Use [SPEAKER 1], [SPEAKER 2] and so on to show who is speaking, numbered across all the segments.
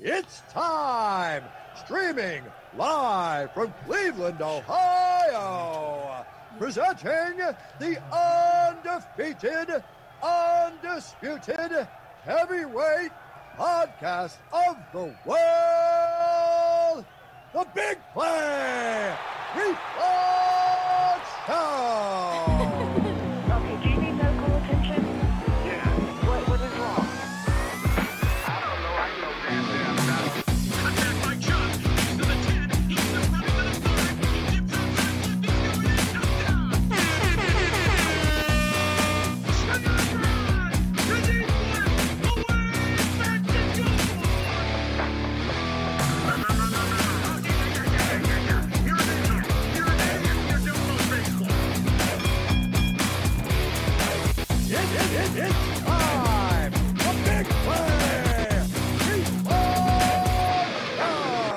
[SPEAKER 1] It's time! Streaming live from Cleveland, Ohio, presenting the undefeated, undisputed heavyweight podcast of the world, the Big Play Reflex Show!
[SPEAKER 2] Okay, do you need medical attention? Yeah. What, what is wrong?
[SPEAKER 1] It, it, it, it's time! The Big Play! Reflex Show!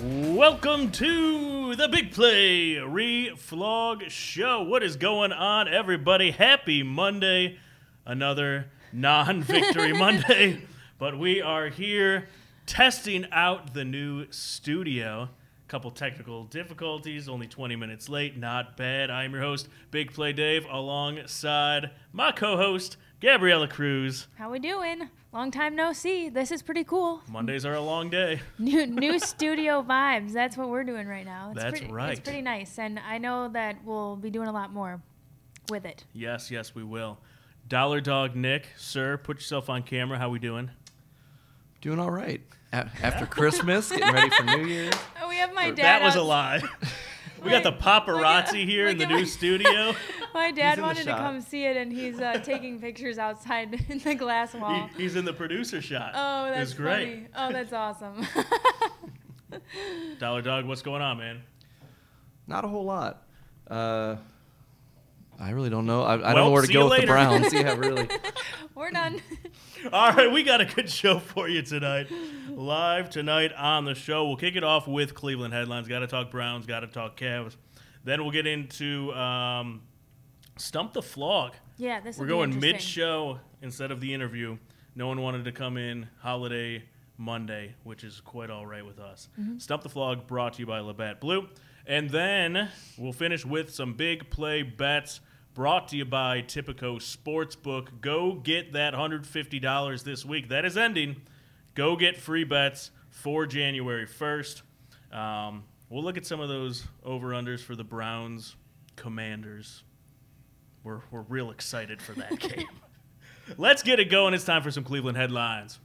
[SPEAKER 3] Welcome to the Big Play Reflog Show. What is going on, everybody? Happy Monday, another non victory Monday. But we are here testing out the new studio. Couple technical difficulties, only 20 minutes late, not bad. I'm your host, Big Play Dave, alongside my co host, Gabriella Cruz.
[SPEAKER 4] How we doing? Long time no see. This is pretty cool.
[SPEAKER 3] Mondays are a long day.
[SPEAKER 4] New new studio vibes. That's what we're doing right now. It's
[SPEAKER 3] That's
[SPEAKER 4] pretty, It's
[SPEAKER 3] right.
[SPEAKER 4] pretty nice, and I know that we'll be doing a lot more with it.
[SPEAKER 3] Yes, yes, we will. Dollar Dog Nick, sir, put yourself on camera. How we doing?
[SPEAKER 5] Doing all right. A- After Christmas, getting ready for New Year's.
[SPEAKER 4] Oh, we have my
[SPEAKER 3] Er,
[SPEAKER 4] dad.
[SPEAKER 3] that was a
[SPEAKER 4] outs-
[SPEAKER 3] lie. we got the paparazzi here in the
[SPEAKER 4] look at
[SPEAKER 3] new
[SPEAKER 4] my-
[SPEAKER 3] studio.
[SPEAKER 4] My dad
[SPEAKER 5] the
[SPEAKER 4] wanted to
[SPEAKER 5] shot.
[SPEAKER 4] come see it, and he's uh, taking pictures outside in the glass
[SPEAKER 3] He,
[SPEAKER 4] wall.
[SPEAKER 3] he's in the producer shot.
[SPEAKER 4] Oh, that's
[SPEAKER 3] it's great.
[SPEAKER 4] funny. Oh, that's awesome.
[SPEAKER 3] Dollar Dog, what's going on, man?
[SPEAKER 5] Not a whole lot. Uh, I really don't know. I, I don't
[SPEAKER 3] Well,
[SPEAKER 5] know where to
[SPEAKER 3] see
[SPEAKER 5] go
[SPEAKER 3] you
[SPEAKER 5] with
[SPEAKER 3] later.
[SPEAKER 5] the Browns. yeah, really.
[SPEAKER 4] we're done.
[SPEAKER 3] All right, we got a good show for you tonight. Live tonight on the show. We'll kick it off with Cleveland headlines. Got to talk Browns, got to talk Cavs. Then we'll get into um, Stump the Flog.
[SPEAKER 4] yeah, this.
[SPEAKER 3] We're
[SPEAKER 4] will be
[SPEAKER 3] going mid
[SPEAKER 4] interesting.
[SPEAKER 3] show instead of the interview. No one wanted to come in holiday Monday, which is quite all right with us.
[SPEAKER 4] Mm-hmm.
[SPEAKER 3] Stump the Flog brought to you by Labatt Blue. And then we'll finish with some big play bets brought to you by Tipico Sportsbook. Go get that $150 this week. That is ending. Go get free bets for January 1st. Um, we'll look at some of those over unders for the Browns, Commanders, we're, we're real excited for that game. Let's get it going. It's time for some Cleveland headlines.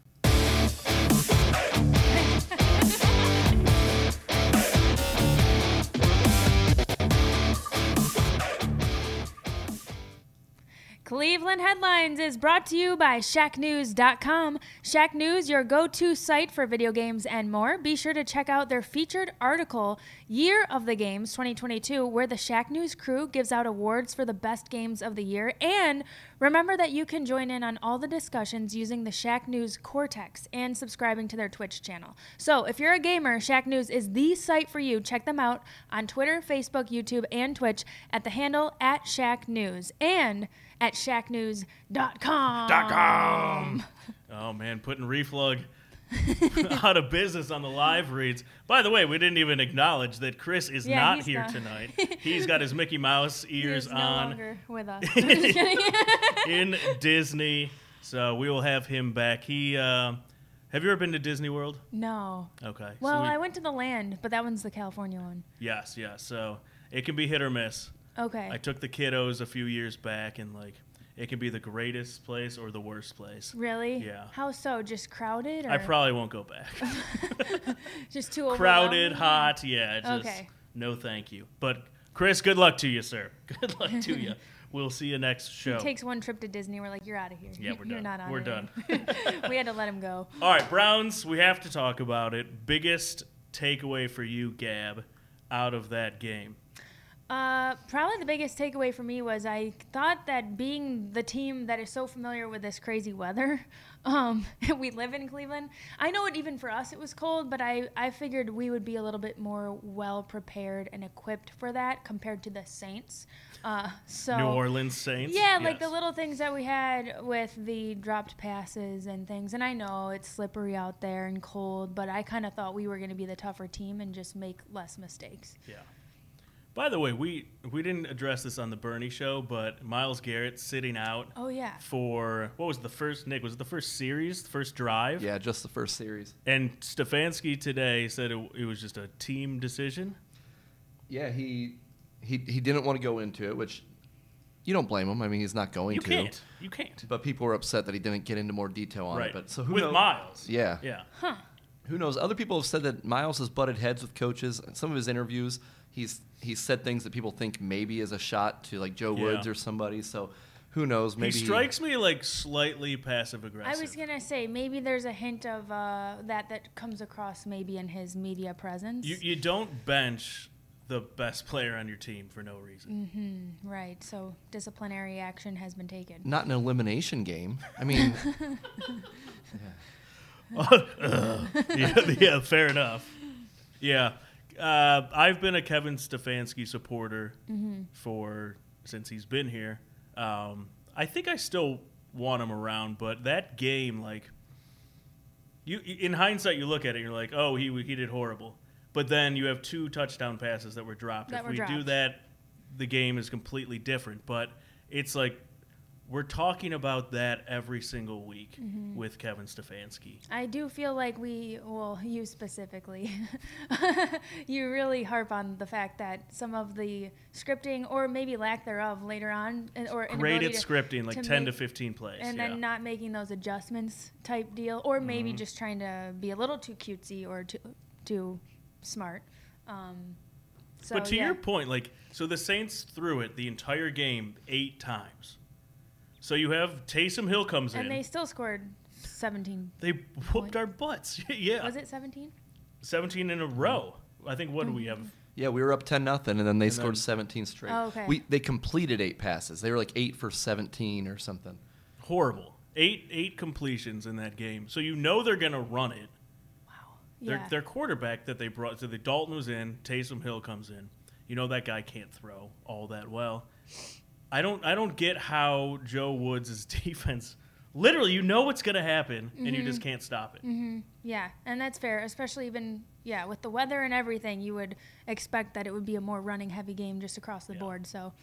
[SPEAKER 4] Cleveland Headlines is brought to you by ShackNews.com. Shack News, your go to site for video games and more. Be sure to check out their featured article, Year of the Games 2022, where the Shack News crew gives out awards for the best games of the year. And remember that you can join in on all the discussions using the Shack News Cortex and subscribing to their Twitch channel. So if you're a gamer, Shack News is the site for you. Check them out on Twitter, Facebook, YouTube, and Twitch at the handle at Shack News. And at shacknews.com.
[SPEAKER 3] Oh, man, putting Reflug out of business on the live reads. By the way, we didn't even acknowledge that Chris is
[SPEAKER 4] Yeah,
[SPEAKER 3] not
[SPEAKER 4] he's
[SPEAKER 3] here
[SPEAKER 4] not.
[SPEAKER 3] tonight. He's got his Mickey Mouse ears
[SPEAKER 4] He's no
[SPEAKER 3] on
[SPEAKER 4] longer with us. I'm just kidding.
[SPEAKER 3] in Disney. So we will have him back. He, uh, have you ever been to Disney World?
[SPEAKER 4] no.
[SPEAKER 3] Okay. Uh, so
[SPEAKER 4] Well,
[SPEAKER 3] we-
[SPEAKER 4] I went to the land, but that one's the California one.
[SPEAKER 3] Yes, yes. So it can be hit or miss.
[SPEAKER 4] Okay.
[SPEAKER 3] I took the kiddos a few years back, and like, it can be the greatest place or the worst place.
[SPEAKER 4] really?
[SPEAKER 3] Yeah.
[SPEAKER 4] How so? Just crowded? Or
[SPEAKER 3] I probably won't go back.
[SPEAKER 4] just too
[SPEAKER 3] Crowded,
[SPEAKER 4] overwhelming?
[SPEAKER 3] hot, yeah. Just
[SPEAKER 4] Okay.
[SPEAKER 3] no thank you. But Chris, good luck to you, sir. Good luck to you. We'll see you next show.
[SPEAKER 4] He takes one trip to Disney. We're like, you're out of here.
[SPEAKER 3] yeah, we're
[SPEAKER 4] You're
[SPEAKER 3] done.
[SPEAKER 4] not on
[SPEAKER 3] we're
[SPEAKER 4] it
[SPEAKER 3] done.
[SPEAKER 4] anymore." we had to let him go.
[SPEAKER 3] All right, Browns, we have to talk about it. Biggest takeaway for you, Gab, out of that game.
[SPEAKER 4] Uh, probably the biggest takeaway for me was I thought that being the team that is so familiar with this crazy weather, um, we live in Cleveland. I know it even for us it was cold, but I, I figured we would be a little bit more well prepared and equipped for that compared to the Saints. Uh, so
[SPEAKER 3] New Orleans Saints.
[SPEAKER 4] yeah, like the
[SPEAKER 3] Yes.
[SPEAKER 4] little things that we had with the dropped passes and things. And I know it's slippery out there and cold, but I kind of thought we were going to be the tougher team and just make less mistakes.
[SPEAKER 3] Yeah. By the way, we we didn't address this on the Bernie show, but Miles Garrett sitting out
[SPEAKER 4] Oh, yeah.
[SPEAKER 3] for what was the first Nick was it the first series, the first drive?
[SPEAKER 5] Yeah, just the first series.
[SPEAKER 3] And Stefanski today said it, it was just a team decision.
[SPEAKER 5] Yeah, he he he didn't want to go into it, which you don't blame him. I mean, he's not going
[SPEAKER 3] You
[SPEAKER 5] to.
[SPEAKER 3] can't. You can't.
[SPEAKER 5] But people were upset that he didn't get into more detail on
[SPEAKER 3] Right.
[SPEAKER 5] it. But so who
[SPEAKER 3] With
[SPEAKER 5] knows?
[SPEAKER 3] Miles.
[SPEAKER 5] Yeah.
[SPEAKER 3] Yeah.
[SPEAKER 5] Who knows? Other people have said that Miles has butted heads with coaches. In some of his interviews, he's he's said things that people think maybe is a shot to like Joe
[SPEAKER 3] Yeah.
[SPEAKER 5] Woods or somebody. So who knows? Maybe
[SPEAKER 3] he strikes me like slightly passive
[SPEAKER 4] I
[SPEAKER 3] aggressive.
[SPEAKER 4] was gonna say maybe there's a hint of uh, that that comes across maybe in his media presence,
[SPEAKER 3] you you don't bench the best player on your team for no reason.
[SPEAKER 4] right? So disciplinary action has been taken.
[SPEAKER 5] not an elimination game. I mean,
[SPEAKER 3] yeah, yeah, fair enough. Yeah. Uh, I've been a Kevin Stefanski supporter
[SPEAKER 4] Mm-hmm.
[SPEAKER 3] for since he's been here. Um, I think I still want him around, but that game, like, you in hindsight, you look at it, and you're like, oh, he he did horrible. But then you have two touchdown passes that were dropped.
[SPEAKER 4] That
[SPEAKER 3] if
[SPEAKER 4] were
[SPEAKER 3] we do
[SPEAKER 4] dropped.
[SPEAKER 3] that, the game is completely different. But it's like we're talking about that every single week
[SPEAKER 4] Mm-hmm.
[SPEAKER 3] with Kevin Stefanski.
[SPEAKER 4] I do feel like we, well, you specifically, you really harp on the fact that some of the scripting or maybe lack thereof later on, and- or
[SPEAKER 3] great at
[SPEAKER 4] inability to-
[SPEAKER 3] scripting, like 10 to
[SPEAKER 4] make-
[SPEAKER 3] 15 plays.
[SPEAKER 4] and
[SPEAKER 3] yeah. Mm-hmm.
[SPEAKER 4] then not making those adjustments type deal, or maybe just trying to be a little too cutesy or too too smart. Um, so,
[SPEAKER 3] but to
[SPEAKER 4] yeah.
[SPEAKER 3] your point, like, so the Saints threw it the entire game eight times. So you have Taysom Hill comes
[SPEAKER 4] And
[SPEAKER 3] in.
[SPEAKER 4] they still scored 17.
[SPEAKER 3] They whooped
[SPEAKER 4] Point.
[SPEAKER 3] our butts. yeah.
[SPEAKER 4] Was it 17?
[SPEAKER 3] 17 in a row. I think, what do we have?
[SPEAKER 4] Mm-hmm.
[SPEAKER 5] yeah, we were up ten nothing, and then they scored
[SPEAKER 3] then-
[SPEAKER 5] seventeen straight.
[SPEAKER 4] Oh, okay.
[SPEAKER 5] We they completed eight passes. They were like eight for seventeen or something.
[SPEAKER 3] Horrible. Eight eight completions in that game. So you know they're going to run it. Their,
[SPEAKER 4] Yeah.
[SPEAKER 3] their quarterback that they brought, so the Dalton was in, Taysom Hill comes in. You know that guy can't throw all that well. I don't I don't get how Joe Woods' defense. Literally, you know what's going to happen, and you just
[SPEAKER 4] Mm-hmm.
[SPEAKER 3] can't stop it.
[SPEAKER 4] yeah, and that's fair, especially even, yeah, with the weather and everything, you would expect that it would be a more running heavy game just across the
[SPEAKER 3] Yeah.
[SPEAKER 4] board. So,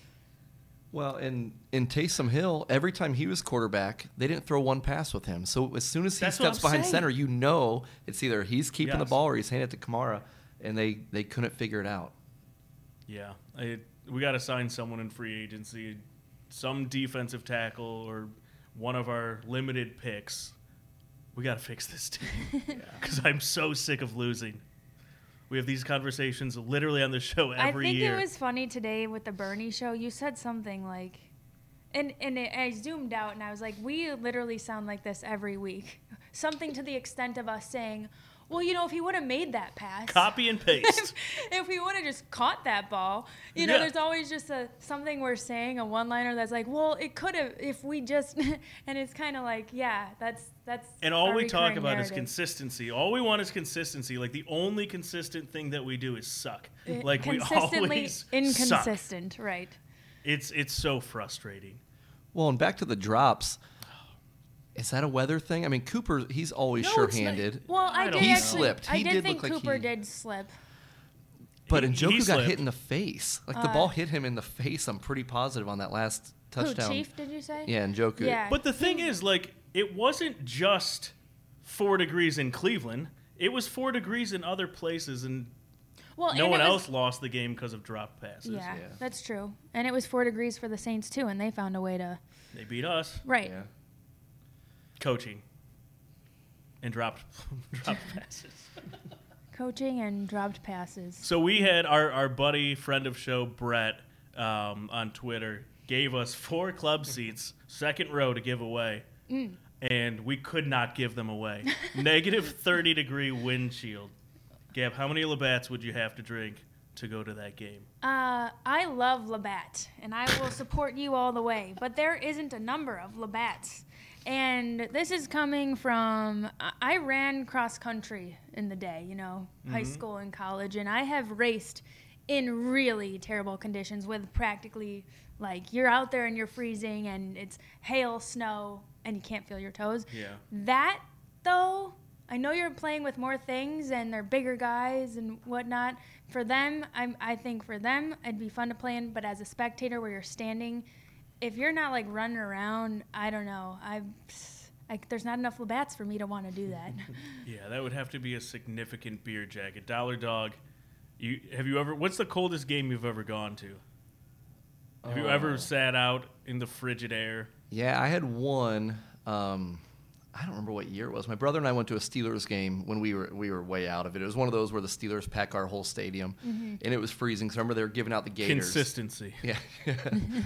[SPEAKER 5] Well, in in Taysom Hill, every time he was quarterback, they didn't throw one pass with him. So as soon as he
[SPEAKER 3] That's what
[SPEAKER 5] steps
[SPEAKER 3] I'm
[SPEAKER 5] behind
[SPEAKER 3] saying.
[SPEAKER 5] center, you know it's either he's keeping the
[SPEAKER 3] Yes.
[SPEAKER 5] ball or he's handing it to Kamara, and they they couldn't figure it out.
[SPEAKER 3] Yeah, I, we got to sign someone in free agency, some defensive tackle or one of our limited picks. We got to fix this team because I'm so sick of losing. We have these conversations literally on the show every
[SPEAKER 4] I think
[SPEAKER 3] year.
[SPEAKER 4] it was funny today with the Bernie show. You said something like, and and it, I zoomed out and I was like, we literally sound like this every week. Something to the extent of us saying, well, you know, if he would have made that pass,
[SPEAKER 3] Copy and paste.
[SPEAKER 4] if we would have just caught that ball, you know,
[SPEAKER 3] Yeah.
[SPEAKER 4] there's always just a something we're saying, a one-liner that's like, well, it could have if we just, and it's kind of like, yeah, that's that's.
[SPEAKER 3] and all
[SPEAKER 4] our
[SPEAKER 3] we talk
[SPEAKER 4] recurring
[SPEAKER 3] about is
[SPEAKER 4] narrative.
[SPEAKER 3] consistency. All we want is consistency. Like the only consistent thing that we do is suck. Like we
[SPEAKER 4] Eh, consistently
[SPEAKER 3] always suck.
[SPEAKER 4] inconsistent, right?
[SPEAKER 3] It's it's so frustrating.
[SPEAKER 5] Well, and back to the drops. Is that a weather thing? I mean, Cooper, he's always
[SPEAKER 3] No, it's not.
[SPEAKER 5] sure-handed,
[SPEAKER 4] Well, I,
[SPEAKER 3] I
[SPEAKER 4] did
[SPEAKER 3] don't He know.
[SPEAKER 4] actually,
[SPEAKER 5] slipped.
[SPEAKER 4] I
[SPEAKER 5] He
[SPEAKER 4] did,
[SPEAKER 5] did
[SPEAKER 4] think
[SPEAKER 5] look like
[SPEAKER 4] Cooper
[SPEAKER 5] he-
[SPEAKER 4] did slip.
[SPEAKER 5] but
[SPEAKER 3] He- he
[SPEAKER 5] Njoku got
[SPEAKER 3] slipped.
[SPEAKER 5] hit in the face. Like the ball hit him in the face. I'm pretty positive on that last touchdown.
[SPEAKER 4] Uh, Who Chief? Did you say?
[SPEAKER 5] Yeah, Njoku.
[SPEAKER 4] Yeah.
[SPEAKER 3] But the thing is, like, it wasn't just four degrees in Cleveland. It was four degrees in other places, and
[SPEAKER 4] Well,
[SPEAKER 3] no
[SPEAKER 4] and
[SPEAKER 3] one
[SPEAKER 4] it was-
[SPEAKER 3] else lost the game because of drop passes.
[SPEAKER 4] Yeah,
[SPEAKER 5] yeah.
[SPEAKER 4] that's true. And it was four degrees for the Saints too, and they found a way to.
[SPEAKER 3] They beat us
[SPEAKER 4] Right.
[SPEAKER 5] Yeah.
[SPEAKER 3] coaching and dropped dropped passes.
[SPEAKER 4] Coaching and dropped passes.
[SPEAKER 3] So we had our, our buddy, friend of show, Brett, um, on Twitter, gave us four club seats, second row to give away. And we could not give them away. Negative 30 degree windshield. Gab, how many Labats would you have to drink to go to that game?
[SPEAKER 4] Uh, I love Labatt, and I will support you all the way. But there isn't a number of Labatt's, and this is coming from I- I ran cross country in the day, you know, high school and college, and I have raced in really terrible conditions with practically like you're out there and you're freezing and it's hail, snow, and you can't feel your toes.
[SPEAKER 3] Yeah.
[SPEAKER 4] That though, I know you're playing with more things and they're bigger guys and whatnot. For them, I'm, I think for them, it'd be fun to play in. But as a spectator, where you're standing, if you're not like running around, I don't know. I, I there's not enough labats for me to want to do that.
[SPEAKER 3] Yeah, that would have to be a significant beer jacket. Dollar Dog, you have you ever? What's the coldest game you've ever gone to? Have you ever sat out in the frigid air?
[SPEAKER 5] Yeah, I had one. Um, I don't remember what year it was. My brother and I went to a Steelers game when we were we were way out of it. It was one of those where the Steelers pack our whole stadium, and it was freezing. So I remember they were giving out the Gators.
[SPEAKER 3] Consistency.
[SPEAKER 5] Yeah,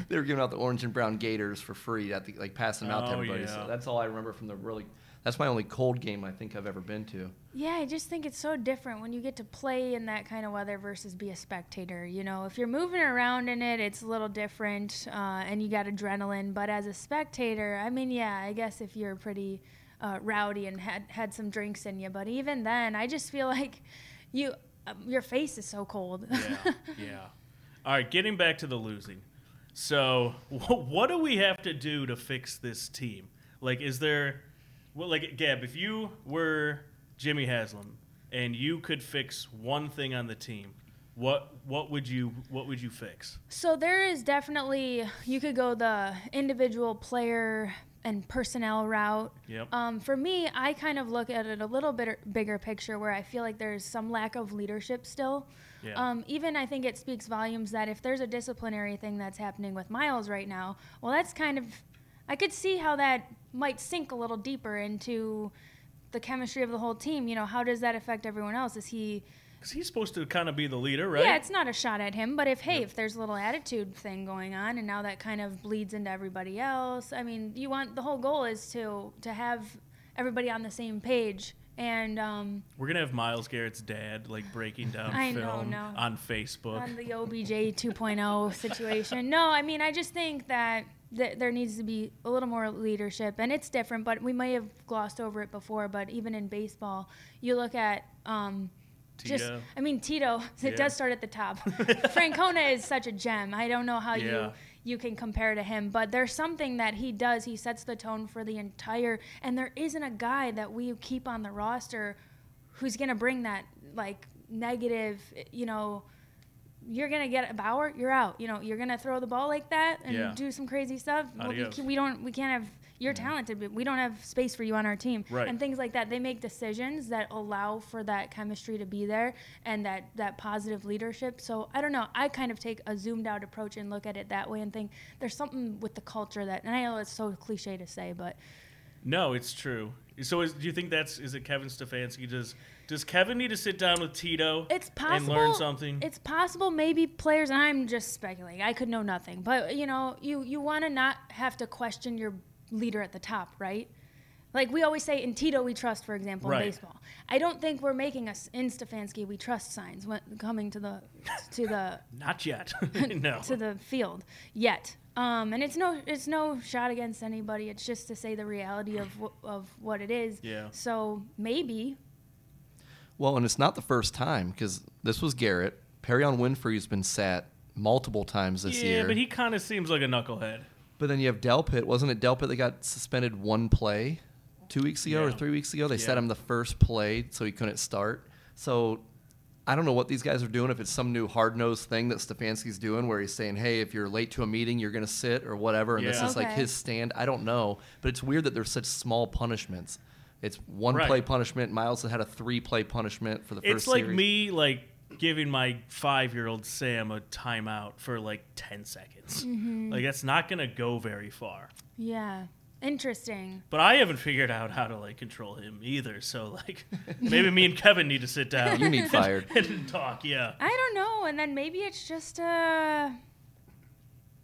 [SPEAKER 5] they were giving out the orange and brown Gators for free at the like passing them out to
[SPEAKER 3] Oh,
[SPEAKER 5] everybody.
[SPEAKER 3] yeah.
[SPEAKER 5] So that's all I remember from the really. That's my only cold game I think I've ever been to.
[SPEAKER 4] yeah, I just think it's so different when you get to play in that kind of weather versus be a spectator. You know, if you're moving around in it, it's a little different, uh, and you got adrenaline. But as a spectator, I mean, yeah, I guess if you're pretty uh, rowdy and had had some drinks in you, but even then, I just feel like you. Um, your face is so cold.
[SPEAKER 3] yeah, yeah. All right, getting back to the losing. So, wh- what do we have to do to fix this team? Like, is there, well, like, Gab, if you were Jimmy Haslam and you could fix one thing on the team, what what would you what would you fix?
[SPEAKER 4] So there is definitely you could go the individual player and personnel route.
[SPEAKER 3] Yep.
[SPEAKER 4] Um, for me, I kind of look at it a little bit bigger picture where I feel like there's some lack of leadership still.
[SPEAKER 3] Yeah.
[SPEAKER 4] Um, even I think it speaks volumes that if there's a disciplinary thing that's happening with Miles right now, well, that's kind of I could see how that might sink a little deeper into the chemistry of the whole team. You know, how does that affect everyone else? Is he
[SPEAKER 3] Because he's supposed to kind of be the leader, right?
[SPEAKER 4] yeah, it's not a shot at him, but if hey, if there's a little attitude thing going on, and now that kind of bleeds into everybody else. I mean, you want the whole goal is to to have everybody on the same page. And um,
[SPEAKER 3] We're gonna have Miles Garrett's dad like breaking down
[SPEAKER 4] I know,
[SPEAKER 3] film
[SPEAKER 4] no.
[SPEAKER 3] on Facebook.
[SPEAKER 4] on the OBJ 2.0 situation, no, I mean, I just think that th- there needs to be a little more leadership, and it's different. But we may have glossed over it before. But even in baseball, you look at. Um, Just,
[SPEAKER 3] Tito.
[SPEAKER 4] I mean, Tito. It
[SPEAKER 3] Yeah.
[SPEAKER 4] does start at the top. Francona is such a gem. I don't know how
[SPEAKER 3] Yeah.
[SPEAKER 4] you you can compare to him, but there's something that he does. He sets the tone for the entire. And there isn't a guy that we keep on the roster who's gonna bring that like negative. You know, you're gonna get a Bauer. You're out. You know, you're gonna throw the ball like that and
[SPEAKER 3] Yeah.
[SPEAKER 4] do some crazy stuff. Well, we,
[SPEAKER 3] Adios.
[SPEAKER 4] can, we don't. We can't have. You're talented, but we don't have space for you on our team
[SPEAKER 3] Right.
[SPEAKER 4] and things like that. They make decisions that allow for that chemistry to be there and that that positive leadership. So I don't know. I kind of take a zoomed out approach and look at it that way and think there's something with the culture that. And I know it's so cliche to say, but
[SPEAKER 3] No, it's true. So is, do you think that's is it Kevin Stefanski? Does does Kevin need to sit down with Tito
[SPEAKER 4] It's possible.
[SPEAKER 3] and learn something?
[SPEAKER 4] It's possible. Maybe players. And I'm just speculating. I could know nothing. But you know, you you want to not have to question your leader at the top, right? Like we always say, in Tito we trust, for example,
[SPEAKER 3] Right.
[SPEAKER 4] in baseball. I don't think we're making us in Stefanski we trust signs when coming to the to the
[SPEAKER 3] Not yet. no.
[SPEAKER 4] to the field yet. Um, and it's no it's no shot against anybody. It's just to say the reality of wh- of what it is.
[SPEAKER 3] Yeah.
[SPEAKER 4] So maybe
[SPEAKER 5] Well, and it's not the first time because this was Garrett. Perry on Winfrey's been sat multiple times this
[SPEAKER 3] yeah,
[SPEAKER 5] year.
[SPEAKER 3] but he kind of seems like a knucklehead.
[SPEAKER 5] But then you have Delpit. Wasn't it Delpit that got suspended one play two weeks ago or
[SPEAKER 3] Yeah.
[SPEAKER 5] three weeks ago? They set
[SPEAKER 3] Yeah.
[SPEAKER 5] him the first play, so he couldn't start. So I don't know what these guys are doing. If it's some new hard nosed thing that Stefanski's doing, where he's saying, "Hey, if you're late to a meeting, you're going to sit" or whatever, and this
[SPEAKER 3] Yeah.
[SPEAKER 5] is like
[SPEAKER 4] Okay.
[SPEAKER 5] his stand. I don't know, but it's weird that there's such small punishments. It's one
[SPEAKER 3] Right.
[SPEAKER 5] play punishment. Miles had a three play punishment for the first.
[SPEAKER 3] It's like
[SPEAKER 5] series.
[SPEAKER 3] me like giving my five year old Sam a timeout for like ten seconds.
[SPEAKER 4] Mm-hmm.
[SPEAKER 3] Like that's not gonna go very far.
[SPEAKER 4] yeah. Interesting.
[SPEAKER 3] But I haven't figured out how to like control him either. So like maybe me and Kevin need to sit down.
[SPEAKER 5] Oh, You need fired.
[SPEAKER 3] and talk. Yeah.
[SPEAKER 4] I don't know. And then maybe it's just a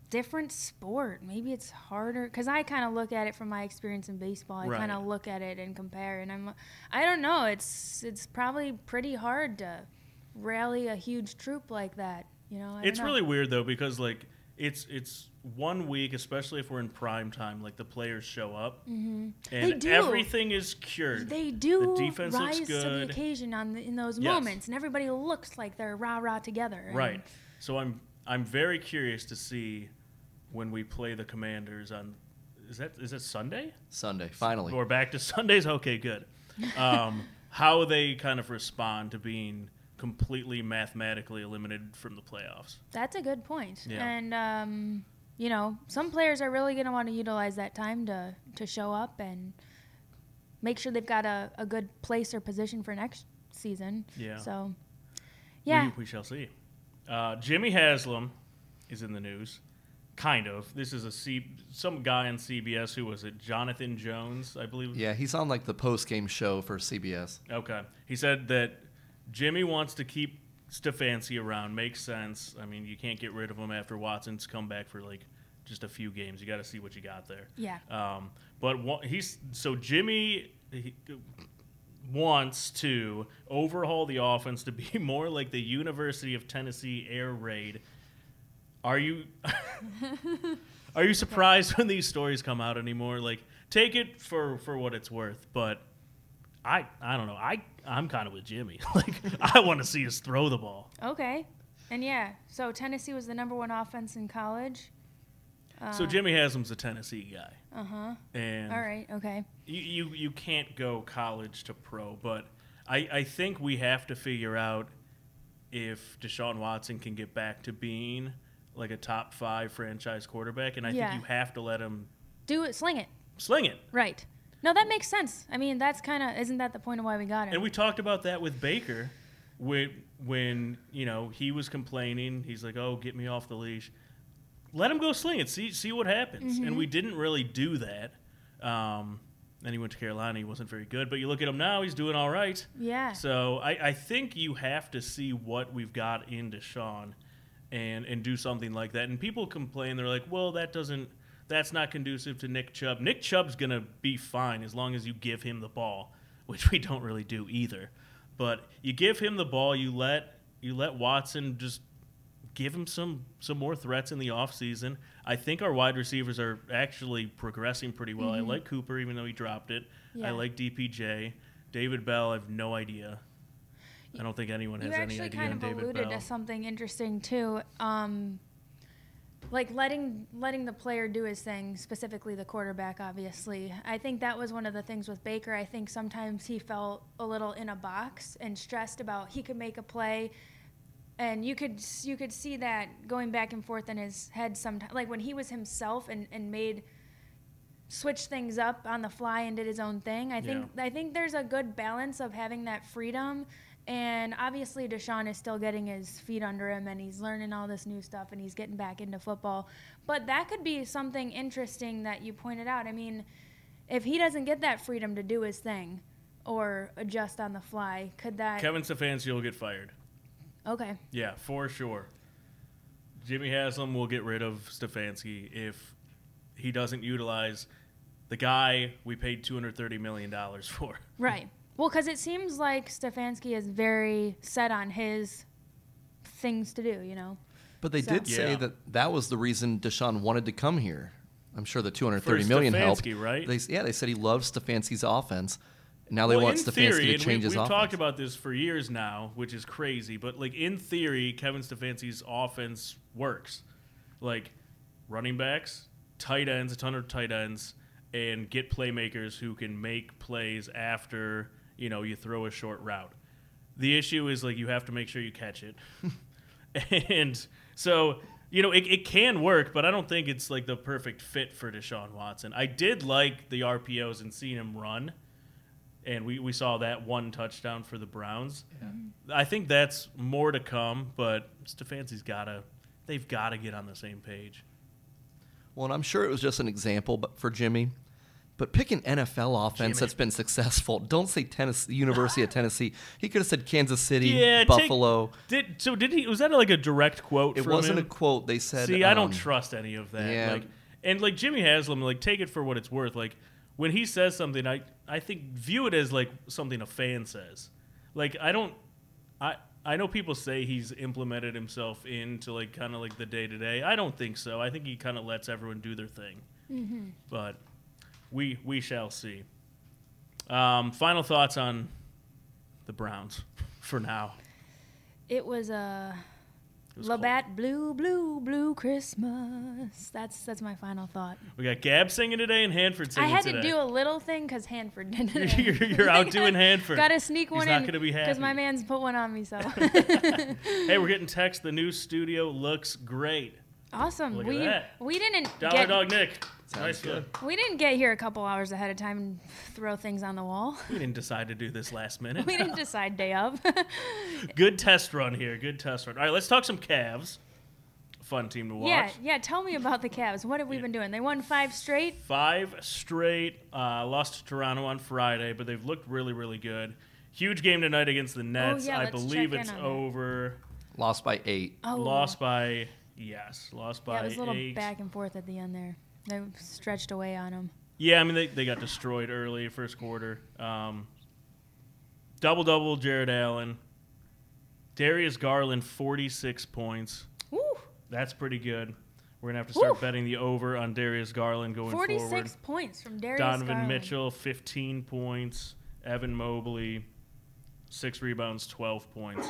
[SPEAKER 4] different sport. Maybe it's harder because I kind of look at it from my experience in baseball. I
[SPEAKER 3] Right.
[SPEAKER 4] kind of look at it and compare, and I'm, I don't know. It's it's probably pretty hard to rally a huge troop like that. You know, I don't
[SPEAKER 3] It's
[SPEAKER 4] know.
[SPEAKER 3] really weird though because like it's it's one week, especially if we're in prime time. Like the players show up, and
[SPEAKER 4] Mm-hmm. They do.
[SPEAKER 3] everything is cured.
[SPEAKER 4] They do
[SPEAKER 3] The defense
[SPEAKER 4] rise
[SPEAKER 3] looks
[SPEAKER 4] to the
[SPEAKER 3] good,
[SPEAKER 4] occasion on the, in those
[SPEAKER 3] Yes.
[SPEAKER 4] moments, and everybody looks like they're rah rah together. and-
[SPEAKER 3] right? So I'm I'm very curious to see when we play the Commanders on. Is that is it Sunday?
[SPEAKER 5] Sunday, finally.
[SPEAKER 3] We're back to Sundays. Okay, good. Um, how they kind of respond to being completely mathematically eliminated from the playoffs?
[SPEAKER 4] That's a good point.
[SPEAKER 3] Yeah.
[SPEAKER 4] And um, you know, some players are really going to want to utilize that time to to show up and make sure they've got a, a good place or position for next season.
[SPEAKER 3] Yeah.
[SPEAKER 4] So, yeah,
[SPEAKER 3] We, we shall see. Uh, Jimmy Haslam is in the news, kind of. This is a C, some guy on CBS who was it Jonathan Jones, I believe.
[SPEAKER 5] Yeah, he's on like the post game show for CBS.
[SPEAKER 3] Okay. He said that Jimmy wants to keep Stefanski around. Makes sense. I mean, you can't get rid of him after Watson's come back for like just a few games. You got to see what you got there.
[SPEAKER 4] Yeah.
[SPEAKER 3] Um, but one, he's so Jimmy he, wants to overhaul the offense to be more like the University of Tennessee air raid. Are you are you surprised when these stories come out anymore? Like, take it for for what it's worth, but. I I don't know. I I'm kind of with Jimmy. Like I want to see us throw the ball.
[SPEAKER 4] okay, and yeah. So Tennessee was the number one offense in college.
[SPEAKER 3] so Jimmy Haslam's a Tennessee guy,
[SPEAKER 4] Uh huh.
[SPEAKER 3] and
[SPEAKER 4] All right. Okay.
[SPEAKER 3] you, you you can't go college to pro, but I I think we have to figure out if Deshaun Watson can get back to being like a top five franchise quarterback, and I
[SPEAKER 4] Yeah.
[SPEAKER 3] think you have to let him
[SPEAKER 4] Do it. Sling it.
[SPEAKER 3] sling it.
[SPEAKER 4] Right. No, that makes sense. I mean, that's kind of isn't that the point of why we got him?
[SPEAKER 3] And we talked about that with Baker when, when you know, he was complaining. He's like, oh, get me off the leash. Let him go sling it. See, see what happens. And we didn't really do that. Um, then he went to Carolina. He wasn't very good. But you look at him now, he's doing all right.
[SPEAKER 4] yeah.
[SPEAKER 3] So I, I think you have to see what we've got in Deshaun and, and do something like that. And people complain. They're like, well, that doesn't. That's not conducive to Nick Chubb. Nick Chubb's going to be fine as long as you give him the ball, which we don't really do either. But you give him the ball, you let you let Watson just give him some some more threats in the offseason. I think our wide receivers are actually progressing pretty well. I like Cooper even though he dropped it.
[SPEAKER 4] Mm-hmm. Yeah.
[SPEAKER 3] I like DPJ. David Bell, I have no idea. I don't think anyone
[SPEAKER 4] You
[SPEAKER 3] has any
[SPEAKER 4] actually
[SPEAKER 3] idea
[SPEAKER 4] kind
[SPEAKER 3] on
[SPEAKER 4] of
[SPEAKER 3] David
[SPEAKER 4] alluded
[SPEAKER 3] Bell.
[SPEAKER 4] to something interesting too. Um, like letting letting the player do his thing, specifically the quarterback. Obviously, I think that was one of the things with Baker. I think sometimes he felt a little in a box and stressed about he could make a play, and you could s- you could see that going back and forth in his head sometimes. Like when he was himself and and made switched things up on the fly and did his own thing. I think I think there's a good balance of having that freedom and obviously Deshaun is still getting his feet under him and he's learning all this new stuff and he's getting back into football. But that could be something interesting that you pointed out. I mean, if he doesn't get that freedom to do his thing or adjust on the fly, could that
[SPEAKER 3] Kevin Stefanski will get fired.
[SPEAKER 4] Okay.
[SPEAKER 3] Yeah, for sure. Jimmy Haslam will get rid of Stefanski if he doesn't utilize the guy we paid two hundred thirty million dollars for.
[SPEAKER 4] Right. Well, because it seems like Stefanski is very set on his things to do, you know?
[SPEAKER 5] But they
[SPEAKER 4] So-
[SPEAKER 5] did say
[SPEAKER 3] Yeah.
[SPEAKER 5] that that was the reason Deshaun wanted to come here. I'm sure the 230
[SPEAKER 3] For
[SPEAKER 5] million helped.
[SPEAKER 3] Stefanski, right?
[SPEAKER 5] They, yeah, they said he loves Stefanski's offense. Now they
[SPEAKER 3] well,
[SPEAKER 5] want
[SPEAKER 3] in
[SPEAKER 5] Stefanski
[SPEAKER 3] theory,
[SPEAKER 5] to
[SPEAKER 3] and
[SPEAKER 5] change
[SPEAKER 3] we,
[SPEAKER 5] his
[SPEAKER 3] We've
[SPEAKER 5] offense.
[SPEAKER 3] talked about this for years now, which is crazy. But like in theory, Kevin Stefanski's offense works. Like running backs, tight ends, a ton of tight ends, and get playmakers who can make plays after you know you throw a short route. The issue is like you have to make sure you catch it, and so. You know, it, it can work, but I don't think it's like the perfect fit for Deshaun Watson. I did like the RPOs and seeing him run and we, we saw that one touchdown for the Browns. Mm-hmm. I think that's more to come, but Stefanski's gotta they've gotta get on the same page.
[SPEAKER 5] Well, and I'm sure it was just an example, but for Jimmy. But pick an NFL offense that's been successful. Don't say Tennessee, University of Tennessee. He could have said Kansas City,
[SPEAKER 3] Yeah, take-
[SPEAKER 5] Buffalo.
[SPEAKER 3] Did so? Did he? Was that like a direct quote?
[SPEAKER 5] It
[SPEAKER 3] from
[SPEAKER 5] wasn't
[SPEAKER 3] him?
[SPEAKER 5] a quote. They said.
[SPEAKER 3] See, I don't
[SPEAKER 5] um,
[SPEAKER 3] trust any of that.
[SPEAKER 5] yeah.
[SPEAKER 3] Like, and like Jimmy Haslam, like take it for what it's worth. Like when he says something, I I think view it as like something a fan says. Like I don't, I I know people say he's implemented himself into like kind of like the day to day. I don't think so. I think he kind of lets everyone do their thing.
[SPEAKER 4] Mm-hmm.
[SPEAKER 3] But we we shall see. Um, final thoughts on the Browns for now.
[SPEAKER 4] It was a
[SPEAKER 3] It was cold.
[SPEAKER 4] Labatt Blue Blue Blue Christmas. That's that's my final thought.
[SPEAKER 3] We got Gab singing today and Hanford
[SPEAKER 4] I
[SPEAKER 3] singing
[SPEAKER 4] had
[SPEAKER 3] today.
[SPEAKER 4] to do a little thing because Hanford did it.
[SPEAKER 3] You're- you're out doing Hanford.
[SPEAKER 4] Got to sneak
[SPEAKER 3] He's
[SPEAKER 4] one
[SPEAKER 3] not
[SPEAKER 4] in
[SPEAKER 3] gonna be
[SPEAKER 4] my
[SPEAKER 3] happy.
[SPEAKER 4] man's put one on me. So
[SPEAKER 3] hey, we're getting text. The new studio looks great.
[SPEAKER 4] awesome.
[SPEAKER 3] Look at
[SPEAKER 4] we
[SPEAKER 3] that.
[SPEAKER 4] we didn't
[SPEAKER 3] Dollar
[SPEAKER 4] get
[SPEAKER 3] Dog Nick.
[SPEAKER 5] Sounds
[SPEAKER 3] nice
[SPEAKER 5] good.
[SPEAKER 3] look.
[SPEAKER 4] we didn't get here a couple hours ahead of time and throw things on the wall.
[SPEAKER 3] We didn't decide to do this last minute.
[SPEAKER 4] We didn't decide day of.
[SPEAKER 3] good test run here. Good test run. All right, let's talk some Cavs. Fun team to watch.
[SPEAKER 4] yeah, yeah. Tell me about the Cavs. What have we been doing? They won five straight.
[SPEAKER 3] Five straight. Uh, lost to Toronto on Friday, but they've looked really, really good. Huge game tonight against the Nets.
[SPEAKER 4] Oh, yeah,
[SPEAKER 3] I
[SPEAKER 4] let's
[SPEAKER 3] believe
[SPEAKER 4] check in
[SPEAKER 3] it's
[SPEAKER 4] on that.
[SPEAKER 3] over.
[SPEAKER 5] Lost by eight.
[SPEAKER 4] Oh,
[SPEAKER 3] Lost by yes. Lost by
[SPEAKER 4] Yeah, it was a little
[SPEAKER 3] eight.
[SPEAKER 4] back and forth at the end there. They stretched away on them.
[SPEAKER 3] Yeah, I mean they, they got destroyed early first quarter. Um, double double Jared Allen, Darius Garland forty six points.
[SPEAKER 4] Woo!
[SPEAKER 3] That's pretty good. We're gonna have to start
[SPEAKER 4] Woo.
[SPEAKER 3] betting the over on Darius Garland going
[SPEAKER 4] Forty-six
[SPEAKER 3] forward.
[SPEAKER 4] points from Darius
[SPEAKER 3] Donovan
[SPEAKER 4] Garland.
[SPEAKER 3] Mitchell fifteen points. Evan Mobley six rebounds, twelve points.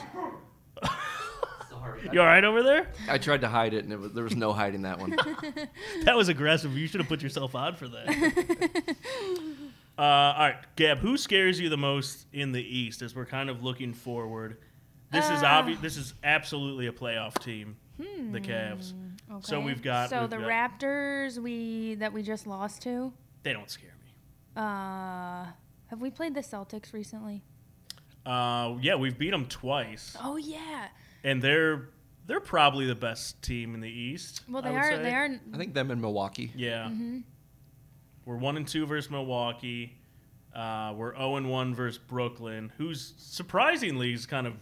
[SPEAKER 5] Sorry.
[SPEAKER 3] You all right over there?
[SPEAKER 5] I tried to hide it, and it was, there was no hiding that one.
[SPEAKER 3] That was aggressive. You should have put yourself on for that. uh, all right, Gab, who scares you the most in the East as we're kind of looking forward? This is
[SPEAKER 4] Uh. Hmm.
[SPEAKER 3] obvious. This is absolutely a playoff team, the Cavs. So
[SPEAKER 4] Okay.
[SPEAKER 3] we've got-
[SPEAKER 4] So
[SPEAKER 3] we've
[SPEAKER 4] the
[SPEAKER 3] got-
[SPEAKER 4] Raptors we that we just lost to.
[SPEAKER 3] They don't scare me.
[SPEAKER 4] Uh, have we played the Celtics recently?
[SPEAKER 3] Uh, yeah, we've beat them twice,
[SPEAKER 4] Oh yeah.
[SPEAKER 3] and they're they're probably the best team in the East.
[SPEAKER 4] Well,
[SPEAKER 3] I
[SPEAKER 4] they
[SPEAKER 3] would
[SPEAKER 4] are. Mm-hmm.
[SPEAKER 3] say.
[SPEAKER 4] They are.
[SPEAKER 5] I think them in Milwaukee.
[SPEAKER 3] Yeah. We're one and two versus Milwaukee. Uh, we're zero and one versus Brooklyn, who's surprisingly has kind of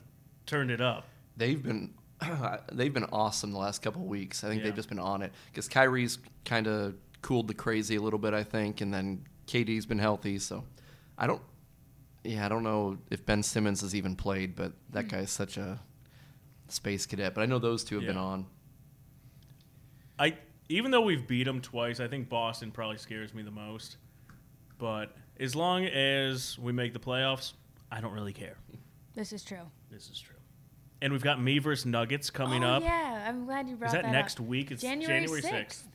[SPEAKER 3] turned it up.
[SPEAKER 5] They've been they've been awesome the last couple of weeks. I think
[SPEAKER 3] Yeah.
[SPEAKER 5] they've just been on it because Kyrie's kind of cooled the crazy a little bit, I think, and then KD's been healthy. So I don't, yeah, I don't know if Ben Simmons has even played, but
[SPEAKER 3] Hmm.
[SPEAKER 5] that guy's such a space cadet. But I know those two have been
[SPEAKER 3] Yeah.
[SPEAKER 5] on.
[SPEAKER 3] I even though we've beat them twice, I think Boston probably scares me the most. But as long as we make the playoffs, I don't really care.
[SPEAKER 4] This is true.
[SPEAKER 3] This is true. And we've got me versus Nuggets coming
[SPEAKER 4] oh
[SPEAKER 3] up.
[SPEAKER 4] yeah, I'm glad you brought
[SPEAKER 3] is that,
[SPEAKER 4] up.
[SPEAKER 3] next week? It's
[SPEAKER 4] January
[SPEAKER 3] January, 6th.
[SPEAKER 4] sixth.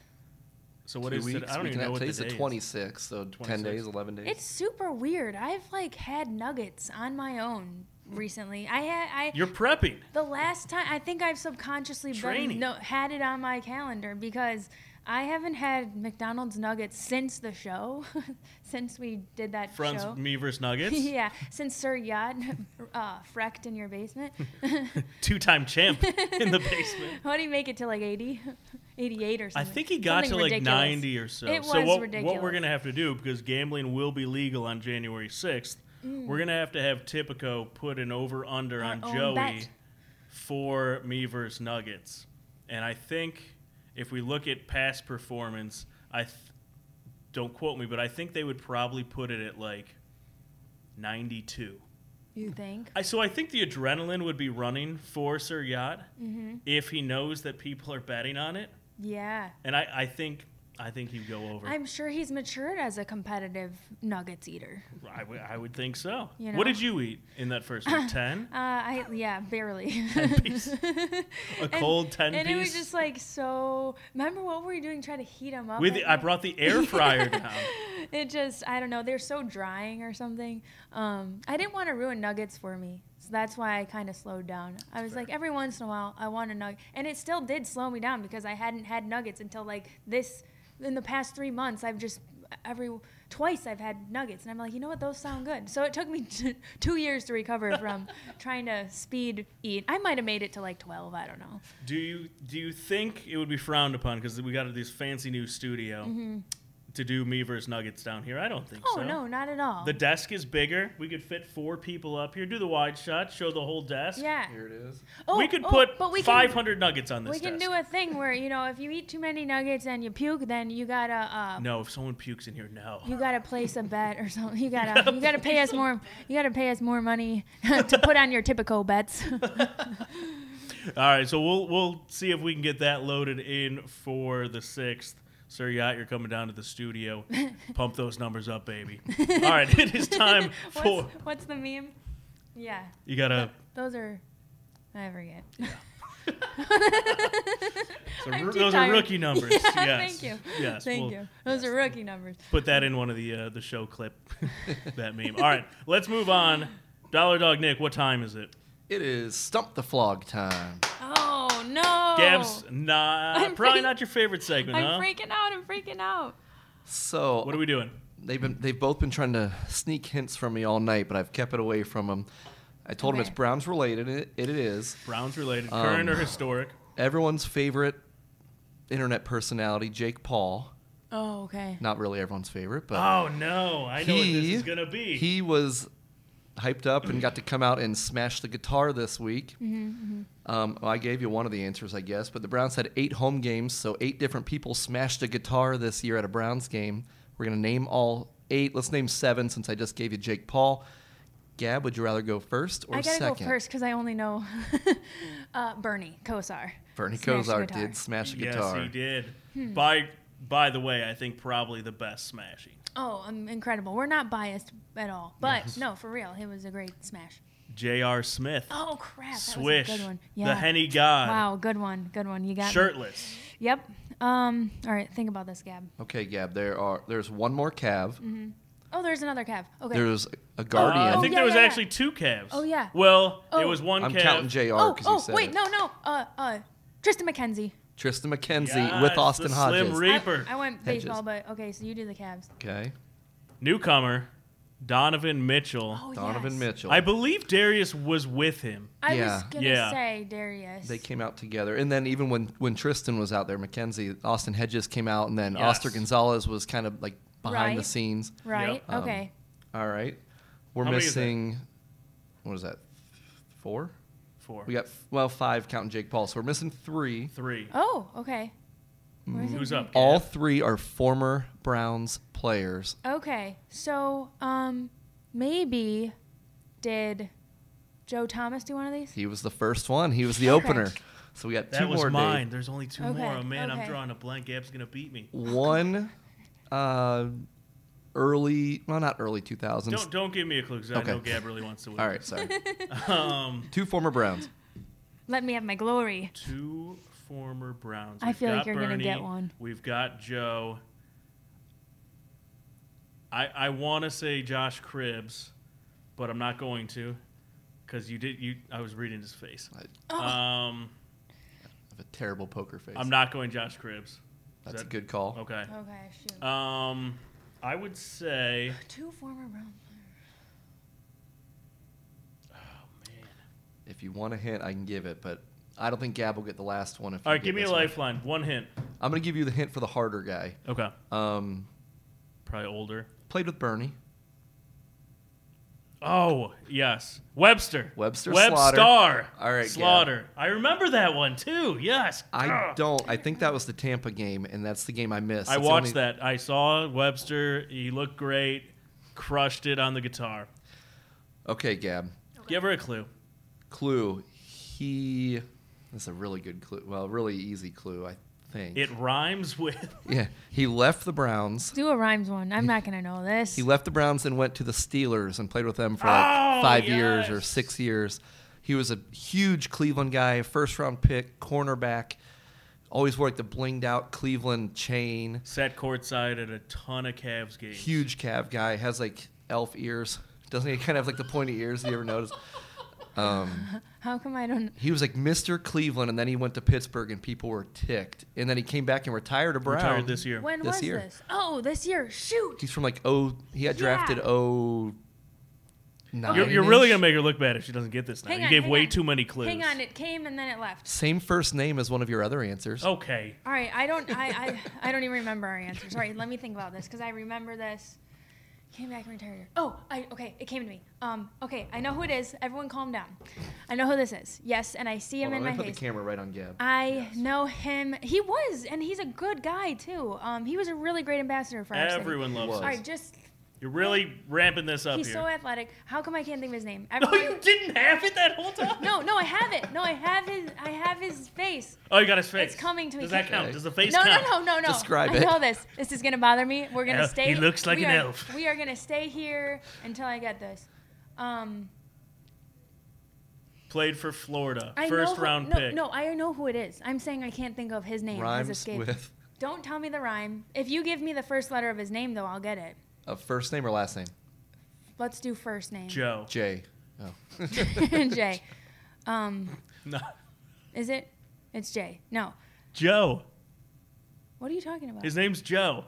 [SPEAKER 3] So what
[SPEAKER 5] Two
[SPEAKER 3] is it?
[SPEAKER 5] weeks.
[SPEAKER 3] I don't
[SPEAKER 5] We
[SPEAKER 3] even
[SPEAKER 5] can-
[SPEAKER 3] know what the
[SPEAKER 5] today's
[SPEAKER 3] day
[SPEAKER 5] the
[SPEAKER 3] is.
[SPEAKER 5] 26th, so 10 days,
[SPEAKER 3] 26th.
[SPEAKER 5] 11 days.
[SPEAKER 4] It's super weird. I've like had nuggets on my own recently. I had I
[SPEAKER 3] You're prepping.
[SPEAKER 4] the last time I think I've subconsciously been,
[SPEAKER 3] Training.
[SPEAKER 4] no, had it on my calendar because I haven't had McDonald's nuggets since the show, since we did that
[SPEAKER 3] Fronts
[SPEAKER 4] show.
[SPEAKER 3] me versus Nuggets.
[SPEAKER 4] yeah, since Sir Yad uh, frecked in your basement.
[SPEAKER 3] Two-time champ in the basement.
[SPEAKER 4] How do you make it to like 80, 88 or
[SPEAKER 3] I
[SPEAKER 4] something?
[SPEAKER 3] think he got
[SPEAKER 4] Something
[SPEAKER 3] to like
[SPEAKER 4] ridiculous.
[SPEAKER 3] 90 or so.
[SPEAKER 4] It
[SPEAKER 3] so
[SPEAKER 4] was
[SPEAKER 3] what,
[SPEAKER 4] ridiculous.
[SPEAKER 3] what we're going to have to do because gambling will be legal on January 6th, we're going to have to have Tipico put an over under
[SPEAKER 4] Our
[SPEAKER 3] on
[SPEAKER 4] Mm. own
[SPEAKER 3] Joey
[SPEAKER 4] bet.
[SPEAKER 3] for me versus Nuggets. And I think if we look at past performance, I th- don't quote me, but I think they would probably put it at like 92.
[SPEAKER 4] You think?
[SPEAKER 3] I, so I think the adrenaline would be running for Sir Yacht
[SPEAKER 4] Mm-hmm.
[SPEAKER 3] if he knows that people are betting on it.
[SPEAKER 4] Yeah.
[SPEAKER 3] And I, I think I think he'd go over.
[SPEAKER 4] I'm sure he's matured as a competitive nuggets eater.
[SPEAKER 3] I would- I would think so.
[SPEAKER 4] You know?
[SPEAKER 3] What did you eat in that first week? Ten?
[SPEAKER 4] Uh, I yeah, barely.
[SPEAKER 3] piece? A cold ten
[SPEAKER 4] and it was
[SPEAKER 3] piece?
[SPEAKER 4] just like so. Remember what were you doing? Trying to heat them up.
[SPEAKER 3] With
[SPEAKER 4] at
[SPEAKER 3] the, I
[SPEAKER 4] night?
[SPEAKER 3] brought the air fryer down.
[SPEAKER 4] It just I don't know. They're so drying or something. Um, I didn't want to ruin nuggets for me, so that's why I kind of slowed down. I was like every once in a while I want a nugget, and it still did slow me down because I hadn't had nuggets until like this. In the past three months, I've just every twice I've had nuggets, and I'm like, you know what? Those sound good. So it took me t- two years to recover from trying to speed eat. I might have made it to like twelve. I don't know.
[SPEAKER 3] Do you do you think it would be frowned upon because we got these fancy new studio? to do me versus Nuggets down here. I don't think
[SPEAKER 4] Mm-hmm. Oh
[SPEAKER 3] so.
[SPEAKER 4] no, not at all.
[SPEAKER 3] The desk is bigger. We could fit four people up here. Do the wide shot. Show the whole desk.
[SPEAKER 4] yeah.
[SPEAKER 5] Here it is.
[SPEAKER 4] Oh,
[SPEAKER 3] we could
[SPEAKER 4] oh,
[SPEAKER 3] put
[SPEAKER 4] but we can-
[SPEAKER 3] 500 nuggets on this
[SPEAKER 4] We can
[SPEAKER 3] desk.
[SPEAKER 4] do a thing where you know if you eat too many nuggets and you puke, then you gotta uh,
[SPEAKER 3] No, if someone pukes in here, no.
[SPEAKER 4] you gotta place a bet or something. You gotta you gotta pay us more. You gotta pay us more money to put on your typical bets.
[SPEAKER 3] All right, so we'll we'll see if we can get that loaded in for the sixth. Sir Yacht, you're coming down to the studio. Pump those numbers up, baby. All right, it is time for
[SPEAKER 4] what's, what's the meme? Yeah,
[SPEAKER 3] you gotta.
[SPEAKER 4] those are. I forget.
[SPEAKER 3] so
[SPEAKER 4] I'm
[SPEAKER 3] ro-
[SPEAKER 4] too
[SPEAKER 3] those are
[SPEAKER 4] tired.
[SPEAKER 3] rookie numbers. yes.
[SPEAKER 4] Yeah, thank you.
[SPEAKER 3] Yes,
[SPEAKER 4] Thank
[SPEAKER 3] we'll
[SPEAKER 4] you. Those are rookie numbers.
[SPEAKER 3] Put that in one of the uh, the show clip. that meme. All right, let's move on. Dollar Dog Nick, what time is it?
[SPEAKER 5] It is stump the flog time.
[SPEAKER 4] Oh no!
[SPEAKER 3] Gabs, not
[SPEAKER 4] I'm
[SPEAKER 3] probably
[SPEAKER 4] freak-
[SPEAKER 3] not your favorite segment,
[SPEAKER 4] I'm
[SPEAKER 3] huh?
[SPEAKER 4] freaking out. I'm freaking out.
[SPEAKER 5] So
[SPEAKER 3] What are we doing?
[SPEAKER 5] they've been they've both been trying to sneak hints from me all night, but I've kept it away from them. I told them
[SPEAKER 4] Okay.
[SPEAKER 5] it's Browns related. and It, it is.
[SPEAKER 3] Browns related, current or historic?
[SPEAKER 5] Everyone's favorite internet personality, Jake Paul.
[SPEAKER 4] Oh okay.
[SPEAKER 5] Not really everyone's favorite, but
[SPEAKER 3] Oh no, I know what this is gonna be.
[SPEAKER 5] He was hyped up and got to come out and smash the guitar this week.
[SPEAKER 4] Mm-hmm,
[SPEAKER 5] Um, well, I gave you one of the answers, I guess, but the Browns had eight home games, so eight different people smashed a guitar this year at a Browns game. We're going to name all eight. Let's name seven since I just gave you Jake Paul. Gab, would you rather go first or
[SPEAKER 4] I gotta
[SPEAKER 5] second?
[SPEAKER 4] go first because I only know uh, Bernie Kosar.
[SPEAKER 5] Bernie
[SPEAKER 4] Smash the
[SPEAKER 5] Kosar
[SPEAKER 4] guitar.
[SPEAKER 5] did smash a
[SPEAKER 3] yes,
[SPEAKER 5] guitar.
[SPEAKER 3] he did.
[SPEAKER 4] Hmm.
[SPEAKER 3] By by the way, I think probably the best smashing.
[SPEAKER 4] Oh, um, incredible. We're not biased at all, but no, for real, it was a great smash.
[SPEAKER 3] J.R. Smith,
[SPEAKER 4] Oh crap! That
[SPEAKER 3] Swish,
[SPEAKER 4] was a good one.
[SPEAKER 3] the
[SPEAKER 4] Yeah.
[SPEAKER 3] Henny God,
[SPEAKER 4] Wow, good one, good one. You got me.
[SPEAKER 3] shirtless.
[SPEAKER 4] Yep. Um. All right, think about this, Gab.
[SPEAKER 5] Okay, Gab, there are there's one more Cav.
[SPEAKER 4] Oh, there's another Cav. Okay.
[SPEAKER 5] There's a
[SPEAKER 3] Uh,
[SPEAKER 5] Guardian.
[SPEAKER 3] I think
[SPEAKER 4] Oh, yeah,
[SPEAKER 3] there was
[SPEAKER 4] yeah, yeah.
[SPEAKER 3] actually two calves.
[SPEAKER 4] Oh, yeah.
[SPEAKER 3] Well, it
[SPEAKER 4] Oh.
[SPEAKER 3] was one
[SPEAKER 5] I'm
[SPEAKER 3] calf.
[SPEAKER 5] counting JR
[SPEAKER 4] oh,
[SPEAKER 5] because you
[SPEAKER 4] oh,
[SPEAKER 5] said
[SPEAKER 4] wait,
[SPEAKER 5] it.
[SPEAKER 4] no, no. Uh, uh, Tristan McKenzie.
[SPEAKER 5] Tristan McKenzie
[SPEAKER 3] Yes,
[SPEAKER 5] with Austin
[SPEAKER 3] the
[SPEAKER 5] Hodges.
[SPEAKER 3] Slim
[SPEAKER 4] I-
[SPEAKER 3] Reaper,
[SPEAKER 4] I, went
[SPEAKER 5] Hedges.
[SPEAKER 4] baseball, but okay, so you do the Cavs.
[SPEAKER 5] okay.
[SPEAKER 3] newcomer, Donovan Mitchell.
[SPEAKER 4] Oh,
[SPEAKER 5] Donovan
[SPEAKER 4] yes.
[SPEAKER 5] Mitchell.
[SPEAKER 3] I believe Darius was with him.
[SPEAKER 4] I
[SPEAKER 5] Yeah.
[SPEAKER 4] was gonna
[SPEAKER 3] Yeah.
[SPEAKER 4] say Darius.
[SPEAKER 5] they came out together. And then even when, when Tristan was out there, Mackenzie, Austin Hedges came out, and then
[SPEAKER 3] Yes.
[SPEAKER 5] Oscar Gonzalez was kind of like behind the
[SPEAKER 4] Right.
[SPEAKER 5] scenes.
[SPEAKER 4] right?
[SPEAKER 3] Yep.
[SPEAKER 5] Um,
[SPEAKER 4] okay.
[SPEAKER 5] All right. We're
[SPEAKER 3] How many is that?
[SPEAKER 5] missing, what is that, four?
[SPEAKER 3] Four,
[SPEAKER 5] We got, well, five counting Jake Paul. So we're missing three.
[SPEAKER 3] three.
[SPEAKER 4] Oh, okay. Where is it?
[SPEAKER 3] Who's up?
[SPEAKER 5] All
[SPEAKER 3] Gav?
[SPEAKER 5] three are former Browns players.
[SPEAKER 4] Okay, so um, maybe did Joe Thomas do one of these?
[SPEAKER 5] He was the first one, he was the
[SPEAKER 4] Okay.
[SPEAKER 5] opener. So we got
[SPEAKER 3] That
[SPEAKER 5] two
[SPEAKER 3] was
[SPEAKER 5] more, Dave.
[SPEAKER 3] mine. There's only two
[SPEAKER 4] Okay,
[SPEAKER 3] more. Oh, man, I'm
[SPEAKER 4] okay.
[SPEAKER 3] drawing a blank. Gab's gonna beat me.
[SPEAKER 5] One uh, early, well, not early 2000s.
[SPEAKER 3] Don't don't give me a clue because
[SPEAKER 5] Okay.
[SPEAKER 3] I know Gab really wants to win.
[SPEAKER 5] All right, sorry.
[SPEAKER 3] Um,
[SPEAKER 5] two former Browns.
[SPEAKER 4] Let me have my glory.
[SPEAKER 3] two former Browns.
[SPEAKER 4] I feel like
[SPEAKER 3] got
[SPEAKER 4] you're gonna get one.
[SPEAKER 3] We've got Joe. I I want to say Josh Cribbs, but I'm not going to, because you did you. I was reading his face.
[SPEAKER 5] I-
[SPEAKER 4] Oh.
[SPEAKER 3] Um,
[SPEAKER 5] I have a terrible poker face.
[SPEAKER 3] I'm not going Josh Cribbs.
[SPEAKER 5] That's
[SPEAKER 3] that-
[SPEAKER 5] a good call.
[SPEAKER 3] Okay.
[SPEAKER 4] Okay, shoot.
[SPEAKER 3] Um, I would say
[SPEAKER 4] Two former Browns.
[SPEAKER 5] If you want a hint, I can give it, but I don't think Gab will get the last one. If
[SPEAKER 3] all
[SPEAKER 5] you
[SPEAKER 3] right.
[SPEAKER 5] get
[SPEAKER 3] Give me a
[SPEAKER 5] this one.
[SPEAKER 3] lifeline. One hint.
[SPEAKER 5] I'm going to give you the hint for the harder guy.
[SPEAKER 3] Okay.
[SPEAKER 5] Um,
[SPEAKER 3] Probably older.
[SPEAKER 5] played with Bernie.
[SPEAKER 3] Oh yes, Webster.
[SPEAKER 5] Webster
[SPEAKER 3] Web
[SPEAKER 5] Slaughter.
[SPEAKER 3] Star.
[SPEAKER 5] All right, Gab.
[SPEAKER 3] Slaughter. I remember that one too. Yes.
[SPEAKER 5] I
[SPEAKER 3] Ugh.
[SPEAKER 5] don't. I think that was the Tampa game, and that's the game I missed.
[SPEAKER 3] Ah. I
[SPEAKER 5] It's the
[SPEAKER 3] watched
[SPEAKER 5] only-
[SPEAKER 3] that. I saw Webster. He looked great. Crushed it on the guitar.
[SPEAKER 5] Okay, Gab.
[SPEAKER 3] Give her a clue.
[SPEAKER 5] Clue. He. That's a really good clue. Well, really easy clue, I think.
[SPEAKER 3] It rhymes with.
[SPEAKER 5] yeah. He left the Browns.
[SPEAKER 4] Do a rhymes one. I'm not gonna know this.
[SPEAKER 5] He left the Browns and went to the Steelers and played with them for like
[SPEAKER 3] Oh,
[SPEAKER 5] five years or
[SPEAKER 3] yes.
[SPEAKER 5] six years. He was a huge Cleveland guy, first round pick, cornerback. Always wore like the blinged out Cleveland chain.
[SPEAKER 3] Sat courtside at a ton of Cavs games.
[SPEAKER 5] Huge calf guy. Has like elf ears. Doesn't he kind of have like the pointy ears? Do you ever notice?
[SPEAKER 4] How come I don't?
[SPEAKER 5] He was like Mr. Cleveland, and then he went to Pittsburgh, and people were ticked. And then he came back and retired a Brown.
[SPEAKER 3] Retired this year.
[SPEAKER 4] When
[SPEAKER 5] This
[SPEAKER 4] was
[SPEAKER 5] year.
[SPEAKER 4] this? Oh, this year. Shoot.
[SPEAKER 5] He's from like oh, he got drafted
[SPEAKER 4] Yeah.
[SPEAKER 5] oh Nine
[SPEAKER 3] You're, you're really
[SPEAKER 5] ish?
[SPEAKER 3] gonna make her look bad if she doesn't get this now.
[SPEAKER 4] Hang
[SPEAKER 3] you
[SPEAKER 4] on,
[SPEAKER 3] gave
[SPEAKER 4] hang
[SPEAKER 3] way
[SPEAKER 4] on.
[SPEAKER 3] too many clues.
[SPEAKER 4] Hang on, it came and then it left.
[SPEAKER 5] Same first name as one of your other answers.
[SPEAKER 3] Okay.
[SPEAKER 4] All right, I don't, I, I, I don't even remember our answer. Sorry, let me think about this because I remember this. Came back and retired. Oh, I okay, it came to me. Um, okay, I know who it is. Everyone, calm down. I know who this is. Yes, and I see him
[SPEAKER 5] Hold on,
[SPEAKER 4] in
[SPEAKER 5] let me
[SPEAKER 4] my
[SPEAKER 5] put
[SPEAKER 4] face.
[SPEAKER 5] the camera right on Gab.
[SPEAKER 4] I know him. He was, and he's a good guy too. Um, he was a really great ambassador for our city.
[SPEAKER 3] Everyone loves
[SPEAKER 5] Was.
[SPEAKER 4] All
[SPEAKER 3] this.
[SPEAKER 4] right, just
[SPEAKER 3] You're really ramping this up
[SPEAKER 4] he's
[SPEAKER 3] here.
[SPEAKER 4] so athletic. How come I can't think of his name?
[SPEAKER 3] no,
[SPEAKER 4] Everyone,
[SPEAKER 3] you didn't have it that whole time.
[SPEAKER 4] no, no, I have it. No, I have his. I have his face.
[SPEAKER 3] Oh, you got his face.
[SPEAKER 4] It's coming to me.
[SPEAKER 3] Does that
[SPEAKER 4] Keep-
[SPEAKER 3] count? Does the face
[SPEAKER 4] no,
[SPEAKER 3] count?
[SPEAKER 4] no, no, no, no.
[SPEAKER 5] Describe
[SPEAKER 4] I
[SPEAKER 5] it.
[SPEAKER 4] know this. This is gonna bother me. We're gonna
[SPEAKER 3] Uh,
[SPEAKER 4] stay.
[SPEAKER 3] he looks like
[SPEAKER 4] we
[SPEAKER 3] an
[SPEAKER 4] are-
[SPEAKER 3] elf.
[SPEAKER 4] We are gonna stay here until I get this. Um,
[SPEAKER 3] Played for Florida,
[SPEAKER 4] I
[SPEAKER 3] first
[SPEAKER 4] know who-
[SPEAKER 3] round
[SPEAKER 4] no,
[SPEAKER 3] pick.
[SPEAKER 4] No, I know who it is. I'm saying I can't think of his name.
[SPEAKER 5] Rhymes
[SPEAKER 4] his escape.
[SPEAKER 5] with
[SPEAKER 4] Don't tell me the rhyme. If you give me the first letter of his name, though, I'll get it.
[SPEAKER 5] a first name or last name?
[SPEAKER 4] Let's do first name.
[SPEAKER 3] Joe.
[SPEAKER 5] J. Oh.
[SPEAKER 4] Jay. Um,
[SPEAKER 3] No.
[SPEAKER 4] is it? It's Jay. No.
[SPEAKER 3] Joe.
[SPEAKER 4] What are you talking about?
[SPEAKER 3] His name's Joe.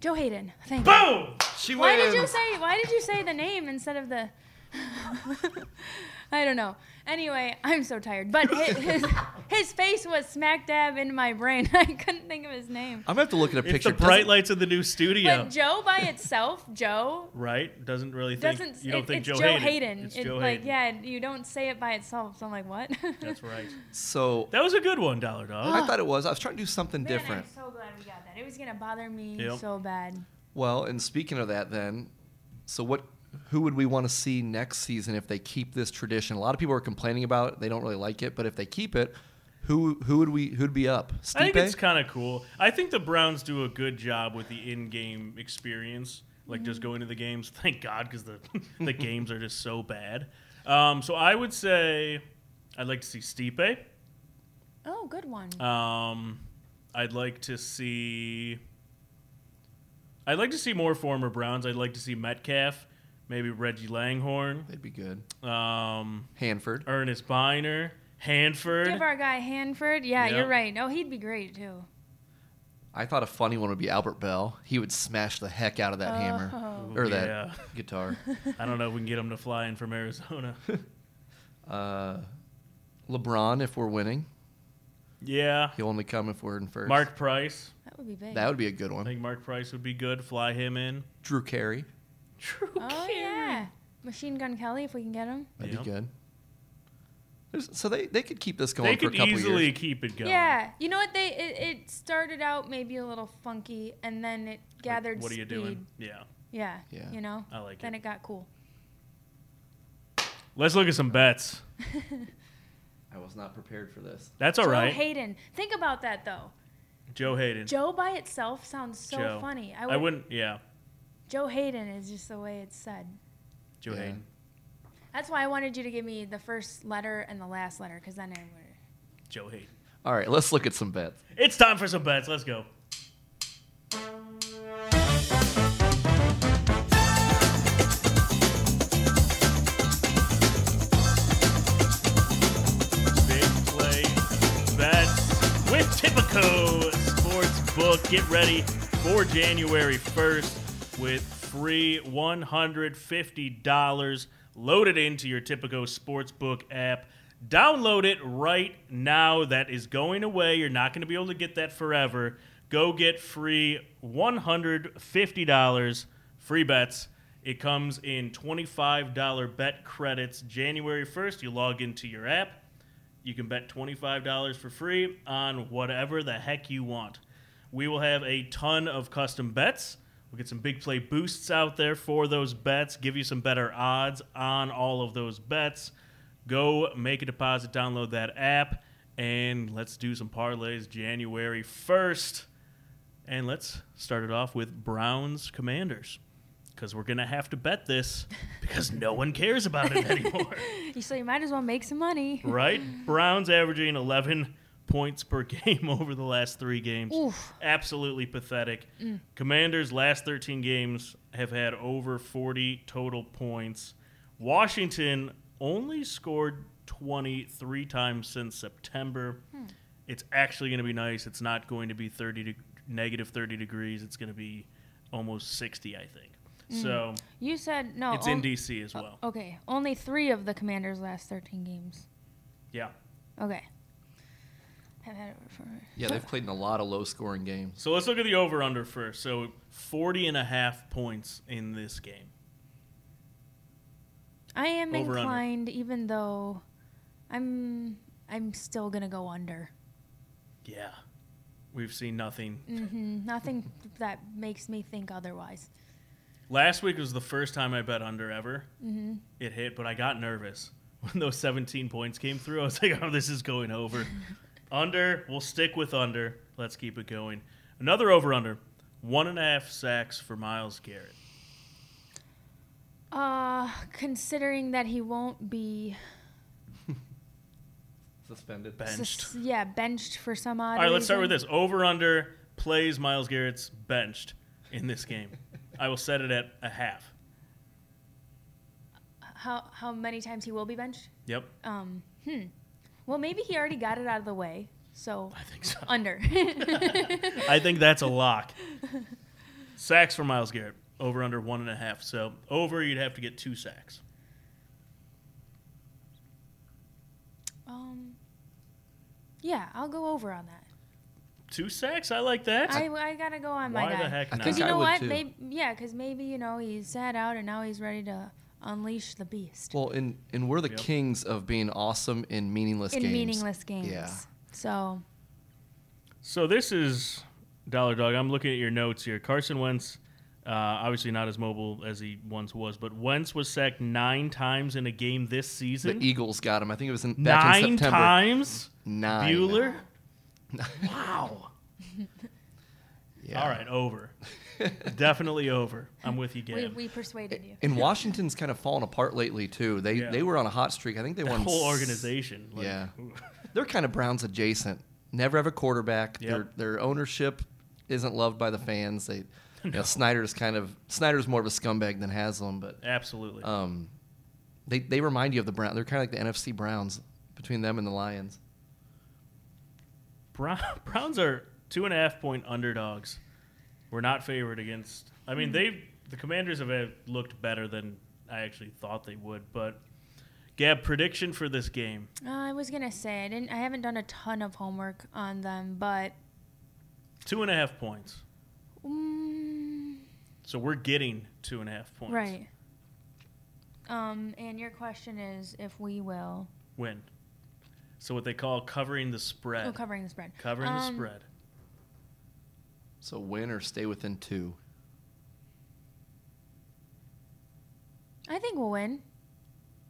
[SPEAKER 4] Joe Hayden. Thank you.
[SPEAKER 3] Boom.
[SPEAKER 5] She
[SPEAKER 4] Why did you say? Why did you say the name instead of the? I don't know. Anyway, I'm so tired. But his, his his face was smack dab in my brain. I couldn't think of his name.
[SPEAKER 5] I'm gonna have to look at a
[SPEAKER 3] It's
[SPEAKER 5] picture.
[SPEAKER 3] the bright
[SPEAKER 5] Doesn't-
[SPEAKER 3] lights of the new studio,
[SPEAKER 4] But Joe by itself, Joe
[SPEAKER 3] right? Doesn't really think.
[SPEAKER 4] doesn't.
[SPEAKER 3] you don't
[SPEAKER 4] it-
[SPEAKER 3] think
[SPEAKER 4] it's
[SPEAKER 3] Joe,
[SPEAKER 4] Hayden.
[SPEAKER 3] It's
[SPEAKER 4] It-
[SPEAKER 3] Joe
[SPEAKER 4] like
[SPEAKER 3] Hayden.
[SPEAKER 4] yeah, you don't say it by itself. So I'm like, what?
[SPEAKER 3] That's right.
[SPEAKER 5] So
[SPEAKER 3] That was a good one, Dollar Dog.
[SPEAKER 5] I thought it was. I was trying to do something
[SPEAKER 4] Man,
[SPEAKER 5] different.
[SPEAKER 4] I'm so glad we got that. It was gonna bother me
[SPEAKER 3] Yep.
[SPEAKER 4] so bad.
[SPEAKER 5] Well, and speaking of that, then, so what? Who would we want to see next season if they keep this tradition? A lot of people are complaining about it; they don't really like it. But if they keep it, who who would we who'd be up? Stipe?
[SPEAKER 3] I think it's kind of cool. I think the Browns do a good job with the in-game experience, like just
[SPEAKER 4] Mm-hmm.
[SPEAKER 3] going to the games. Thank God, because the the games are just so bad. Um, so I would say I'd like to see Stipe.
[SPEAKER 4] Oh, good one.
[SPEAKER 3] Um, I'd like to see. I'd like to see more former Browns. I'd like to see Metcalf, maybe Reggie Langhorn,
[SPEAKER 5] They'd be good.
[SPEAKER 3] um,
[SPEAKER 5] Hanford.
[SPEAKER 3] Ernest Biner, Hanford.
[SPEAKER 4] Give our guy Hanford. Yeah,
[SPEAKER 3] Yep.
[SPEAKER 4] you're right. Oh, he'd be great too.
[SPEAKER 5] I thought a funny one would be Albert Bell. He would smash the heck out of that
[SPEAKER 4] Uh-huh. Oh,
[SPEAKER 5] hammer
[SPEAKER 3] Ooh,
[SPEAKER 5] or that
[SPEAKER 3] yeah.
[SPEAKER 5] guitar.
[SPEAKER 3] I don't know if we can get him to fly in from Arizona.
[SPEAKER 5] Uh, LeBron, if we're winning,
[SPEAKER 3] yeah.
[SPEAKER 5] he'll only come if we're in first.
[SPEAKER 3] Mark Price.
[SPEAKER 4] That would be big.
[SPEAKER 5] that would be a good
[SPEAKER 3] I
[SPEAKER 5] one.
[SPEAKER 3] think Mark Price would be good. Fly him in.
[SPEAKER 5] Drew Carey,
[SPEAKER 3] True.
[SPEAKER 4] oh yeah, Machine Gun Kelly if we can get him.
[SPEAKER 5] that'd
[SPEAKER 3] Yeah.
[SPEAKER 5] be good. There's- so they, they could keep this going
[SPEAKER 3] They
[SPEAKER 5] for
[SPEAKER 3] could
[SPEAKER 5] a couple
[SPEAKER 3] easily
[SPEAKER 5] years.
[SPEAKER 3] keep it going.
[SPEAKER 4] Yeah, you know what? They it, it started out maybe a little funky, and then it
[SPEAKER 3] Like,
[SPEAKER 4] gathered
[SPEAKER 3] what are you
[SPEAKER 4] speed.
[SPEAKER 3] doing? Yeah.
[SPEAKER 4] Yeah,
[SPEAKER 5] Yeah.
[SPEAKER 4] You know,
[SPEAKER 3] I like
[SPEAKER 4] then
[SPEAKER 3] it.
[SPEAKER 4] it got cool.
[SPEAKER 3] Let's look at some bets.
[SPEAKER 5] I was not prepared for this.
[SPEAKER 3] That's all
[SPEAKER 4] Joe
[SPEAKER 3] right.
[SPEAKER 4] Hayden. Think about that though.
[SPEAKER 3] Joe Hayden.
[SPEAKER 4] Joe by itself sounds so
[SPEAKER 3] Joe.
[SPEAKER 4] funny.
[SPEAKER 3] I wouldn't. Yeah.
[SPEAKER 4] Joe Hayden is just the way it's said.
[SPEAKER 3] Joe
[SPEAKER 5] Yeah.
[SPEAKER 3] Hayden.
[SPEAKER 4] That's why I wanted you to give me the first letter and the last letter, because then I would.
[SPEAKER 3] Joe Hayden.
[SPEAKER 5] All right, let's look at some bets.
[SPEAKER 3] It's time for some bets. Let's go. Big play bets with Tipico Sportsbook. Get ready for January 1st with free $150 loaded into your Tipico Sportsbook app. Download it right now. That is going away. You're not going to be able to get that forever. Go get free $150 free bets. It comes in $25 bet credits January 1st. You log into your app. You can bet $25 for free on whatever the heck you want. We will have a ton of custom bets. We'll get some big play boosts out there for those bets, give you some better odds on all of those bets. Go make a deposit, download that app, and let's do some parlays January 1st. And let's start it off with Browns Commanders because we're going to have to bet this because no one cares about it anymore.
[SPEAKER 4] So you might as well make some money.
[SPEAKER 3] right? Browns averaging 11 points per game over the last three games.
[SPEAKER 4] Oof.
[SPEAKER 3] Absolutely pathetic. Commanders' last 13 games have had over 40 total points. Washington only scored 23 times since September. It's actually going to be nice. It's not going to be 30 de- negative 30 degrees. It's going to be almost 60, I think. So
[SPEAKER 4] You said no.
[SPEAKER 3] it's in
[SPEAKER 4] on- Uh,
[SPEAKER 3] DC as well.
[SPEAKER 4] Okay, only three of the Commanders' last 13 games.
[SPEAKER 3] Yeah.
[SPEAKER 4] Okay. I've had it for.
[SPEAKER 5] Yeah, they've played in a lot of low scoring games.
[SPEAKER 3] So let's look at the over under first. So 40 and a half points in this game.
[SPEAKER 4] I am
[SPEAKER 3] Over, under.
[SPEAKER 4] inclined, even though I'm I'm still gonna go under.
[SPEAKER 3] Yeah. We've seen nothing.
[SPEAKER 4] hmm Nothing that makes me think otherwise.
[SPEAKER 3] Last week was the first time I bet under ever. Mm-hmm. It hit, but I got nervous when those 17 points came through. I was like, oh, this is going over. under, we'll stick with under. Let's keep it going. Another over under, one and a half sacks for Miles Garrett.
[SPEAKER 4] Uh, considering that he won't be
[SPEAKER 5] Suspended.
[SPEAKER 3] Benched.
[SPEAKER 4] sus- yeah benched for some odd.
[SPEAKER 3] All right, let's start with
[SPEAKER 4] reason.
[SPEAKER 3] this. Over under plays Miles Garrett's benched in this game. I will set it at a half.
[SPEAKER 4] How how many times he will be benched?
[SPEAKER 3] Yep,
[SPEAKER 4] Um, hmm. Well, maybe he already got it out of the way. So
[SPEAKER 3] I think so.
[SPEAKER 4] under.
[SPEAKER 3] I think that's a lock. Sacks for Miles Garrett. Over under one and a half. So over, you'd have to get two sacks.
[SPEAKER 4] um, yeah, I'll go over on that.
[SPEAKER 3] Two sacks? I like that.
[SPEAKER 4] I, I gotta go on
[SPEAKER 3] Why
[SPEAKER 4] my guy.
[SPEAKER 3] the heck
[SPEAKER 5] I
[SPEAKER 3] not?
[SPEAKER 5] think
[SPEAKER 4] Because you
[SPEAKER 5] I
[SPEAKER 4] know
[SPEAKER 5] would
[SPEAKER 4] what?
[SPEAKER 5] too.
[SPEAKER 4] Maybe, yeah, because maybe, you know, he sat out and now he's ready to unleash the beast
[SPEAKER 5] Well, and, and we're the
[SPEAKER 3] Yep.
[SPEAKER 5] kings of being awesome in meaningless
[SPEAKER 4] in
[SPEAKER 5] games.
[SPEAKER 4] meaningless games.
[SPEAKER 5] Yeah.
[SPEAKER 4] So,
[SPEAKER 3] So this is Dollar Dog. I'm looking at your notes here. Carson Wentz, uh, obviously not as mobile as he once was, but Wentz was sacked nine times in a game this
[SPEAKER 5] The
[SPEAKER 3] season.
[SPEAKER 5] Eagles got him. I think it was in, e, back in
[SPEAKER 3] Nine
[SPEAKER 5] September.
[SPEAKER 3] times?
[SPEAKER 5] Nine.
[SPEAKER 3] Bueller? Wow.
[SPEAKER 5] Yeah.
[SPEAKER 3] All right, over. Definitely over. I'm with you, Gabe.
[SPEAKER 4] we, we persuaded you.
[SPEAKER 5] And Washington's kind of fallen apart lately too. They
[SPEAKER 3] Yeah.
[SPEAKER 5] they were on a hot streak. I think they
[SPEAKER 3] the
[SPEAKER 5] won
[SPEAKER 3] whole
[SPEAKER 5] s-
[SPEAKER 3] organization. like,
[SPEAKER 5] yeah. They're kind of Browns adjacent. Never have a quarterback.
[SPEAKER 3] Yep.
[SPEAKER 5] Their their ownership isn't loved by the fans. They you know, Snyder's kind of Snyder's more of a scumbag than Haslam, but
[SPEAKER 3] Absolutely.
[SPEAKER 5] um, they they remind you of the Brown. They're kind of like the NFC Browns between them and the Lions.
[SPEAKER 3] Brown, Browns are two and a half point underdogs. We're not favored against. I
[SPEAKER 4] Hmm.
[SPEAKER 3] mean, they the Commanders have uh, looked better than I actually thought they would. But Gab, prediction for this game?
[SPEAKER 4] Uh, I was gonna say I didn't. I haven't done a ton of homework on them, but
[SPEAKER 3] Two and a half points.
[SPEAKER 4] mm,
[SPEAKER 3] So we're getting two and a half points.
[SPEAKER 4] right. Um, and your question is if we will.
[SPEAKER 3] Win. So what they call covering the spread.
[SPEAKER 4] Oh, covering the spread.
[SPEAKER 3] Covering the
[SPEAKER 4] Um,
[SPEAKER 3] spread.
[SPEAKER 5] So win or stay within two.
[SPEAKER 4] I think we'll win.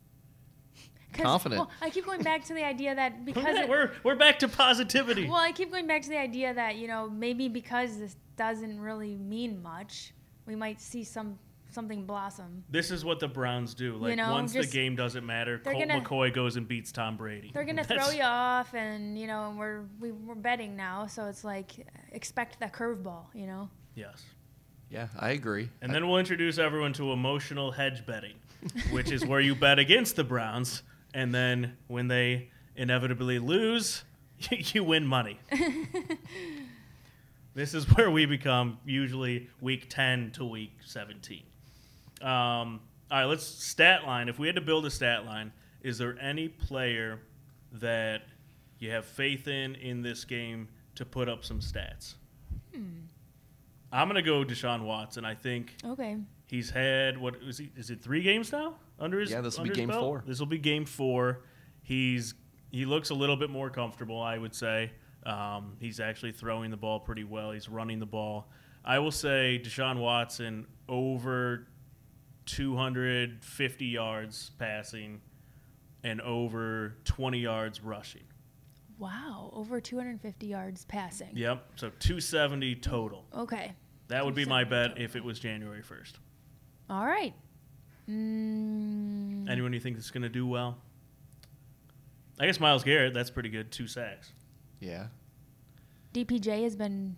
[SPEAKER 4] 'Cause-
[SPEAKER 5] Confident.
[SPEAKER 4] Well, I keep going back to the idea that because it,
[SPEAKER 3] we're we're back to positivity.
[SPEAKER 4] Well, I keep going back to the idea that you know maybe because this doesn't really mean much, we might see some something blossom.
[SPEAKER 3] This is what the Browns do. Like
[SPEAKER 4] know,
[SPEAKER 3] once
[SPEAKER 4] just-
[SPEAKER 3] the game doesn't matter,
[SPEAKER 4] they're
[SPEAKER 3] Colt
[SPEAKER 4] gonna-
[SPEAKER 3] McCoy goes and beats Tom Brady.
[SPEAKER 4] They're gonna
[SPEAKER 3] That's-
[SPEAKER 4] throw you off, and you know, and we're we, we're betting now, so it's like expect that curveball, you know.
[SPEAKER 3] Yes.
[SPEAKER 5] Yeah, I agree.
[SPEAKER 3] And then we'll introduce everyone to emotional hedge betting, which is where you bet against the Browns, and then when they inevitably lose, you win money. this is where we become usually week 10 to week 17. Um, all right, let's stat line. If we had to build a stat line, is there any player that you have faith in in this game to put up some stats? I'm gonna go Deshaun Watson. I think
[SPEAKER 4] Okay.
[SPEAKER 3] He's had what is he? Is it three games now under his?
[SPEAKER 5] Yeah, this will be
[SPEAKER 3] under his
[SPEAKER 5] game
[SPEAKER 3] belt?
[SPEAKER 5] four.
[SPEAKER 3] This will be game four. He's he looks a little bit more comfortable, I would say. Um, he's actually throwing the ball pretty well. He's running the ball. I will say Deshaun Watson over 250 yards passing and over 20 yards rushing.
[SPEAKER 4] Wow, over 250 yards passing.
[SPEAKER 3] Yep, so 270 total.
[SPEAKER 4] Okay.
[SPEAKER 3] That would be my
[SPEAKER 4] 270
[SPEAKER 3] bet if it was January 1st.
[SPEAKER 4] All right. Mm,
[SPEAKER 3] Anyone you think that's going to do well? I guess Miles Garrett, that's pretty good. Two sacks.
[SPEAKER 5] Yeah,
[SPEAKER 4] DPJ has been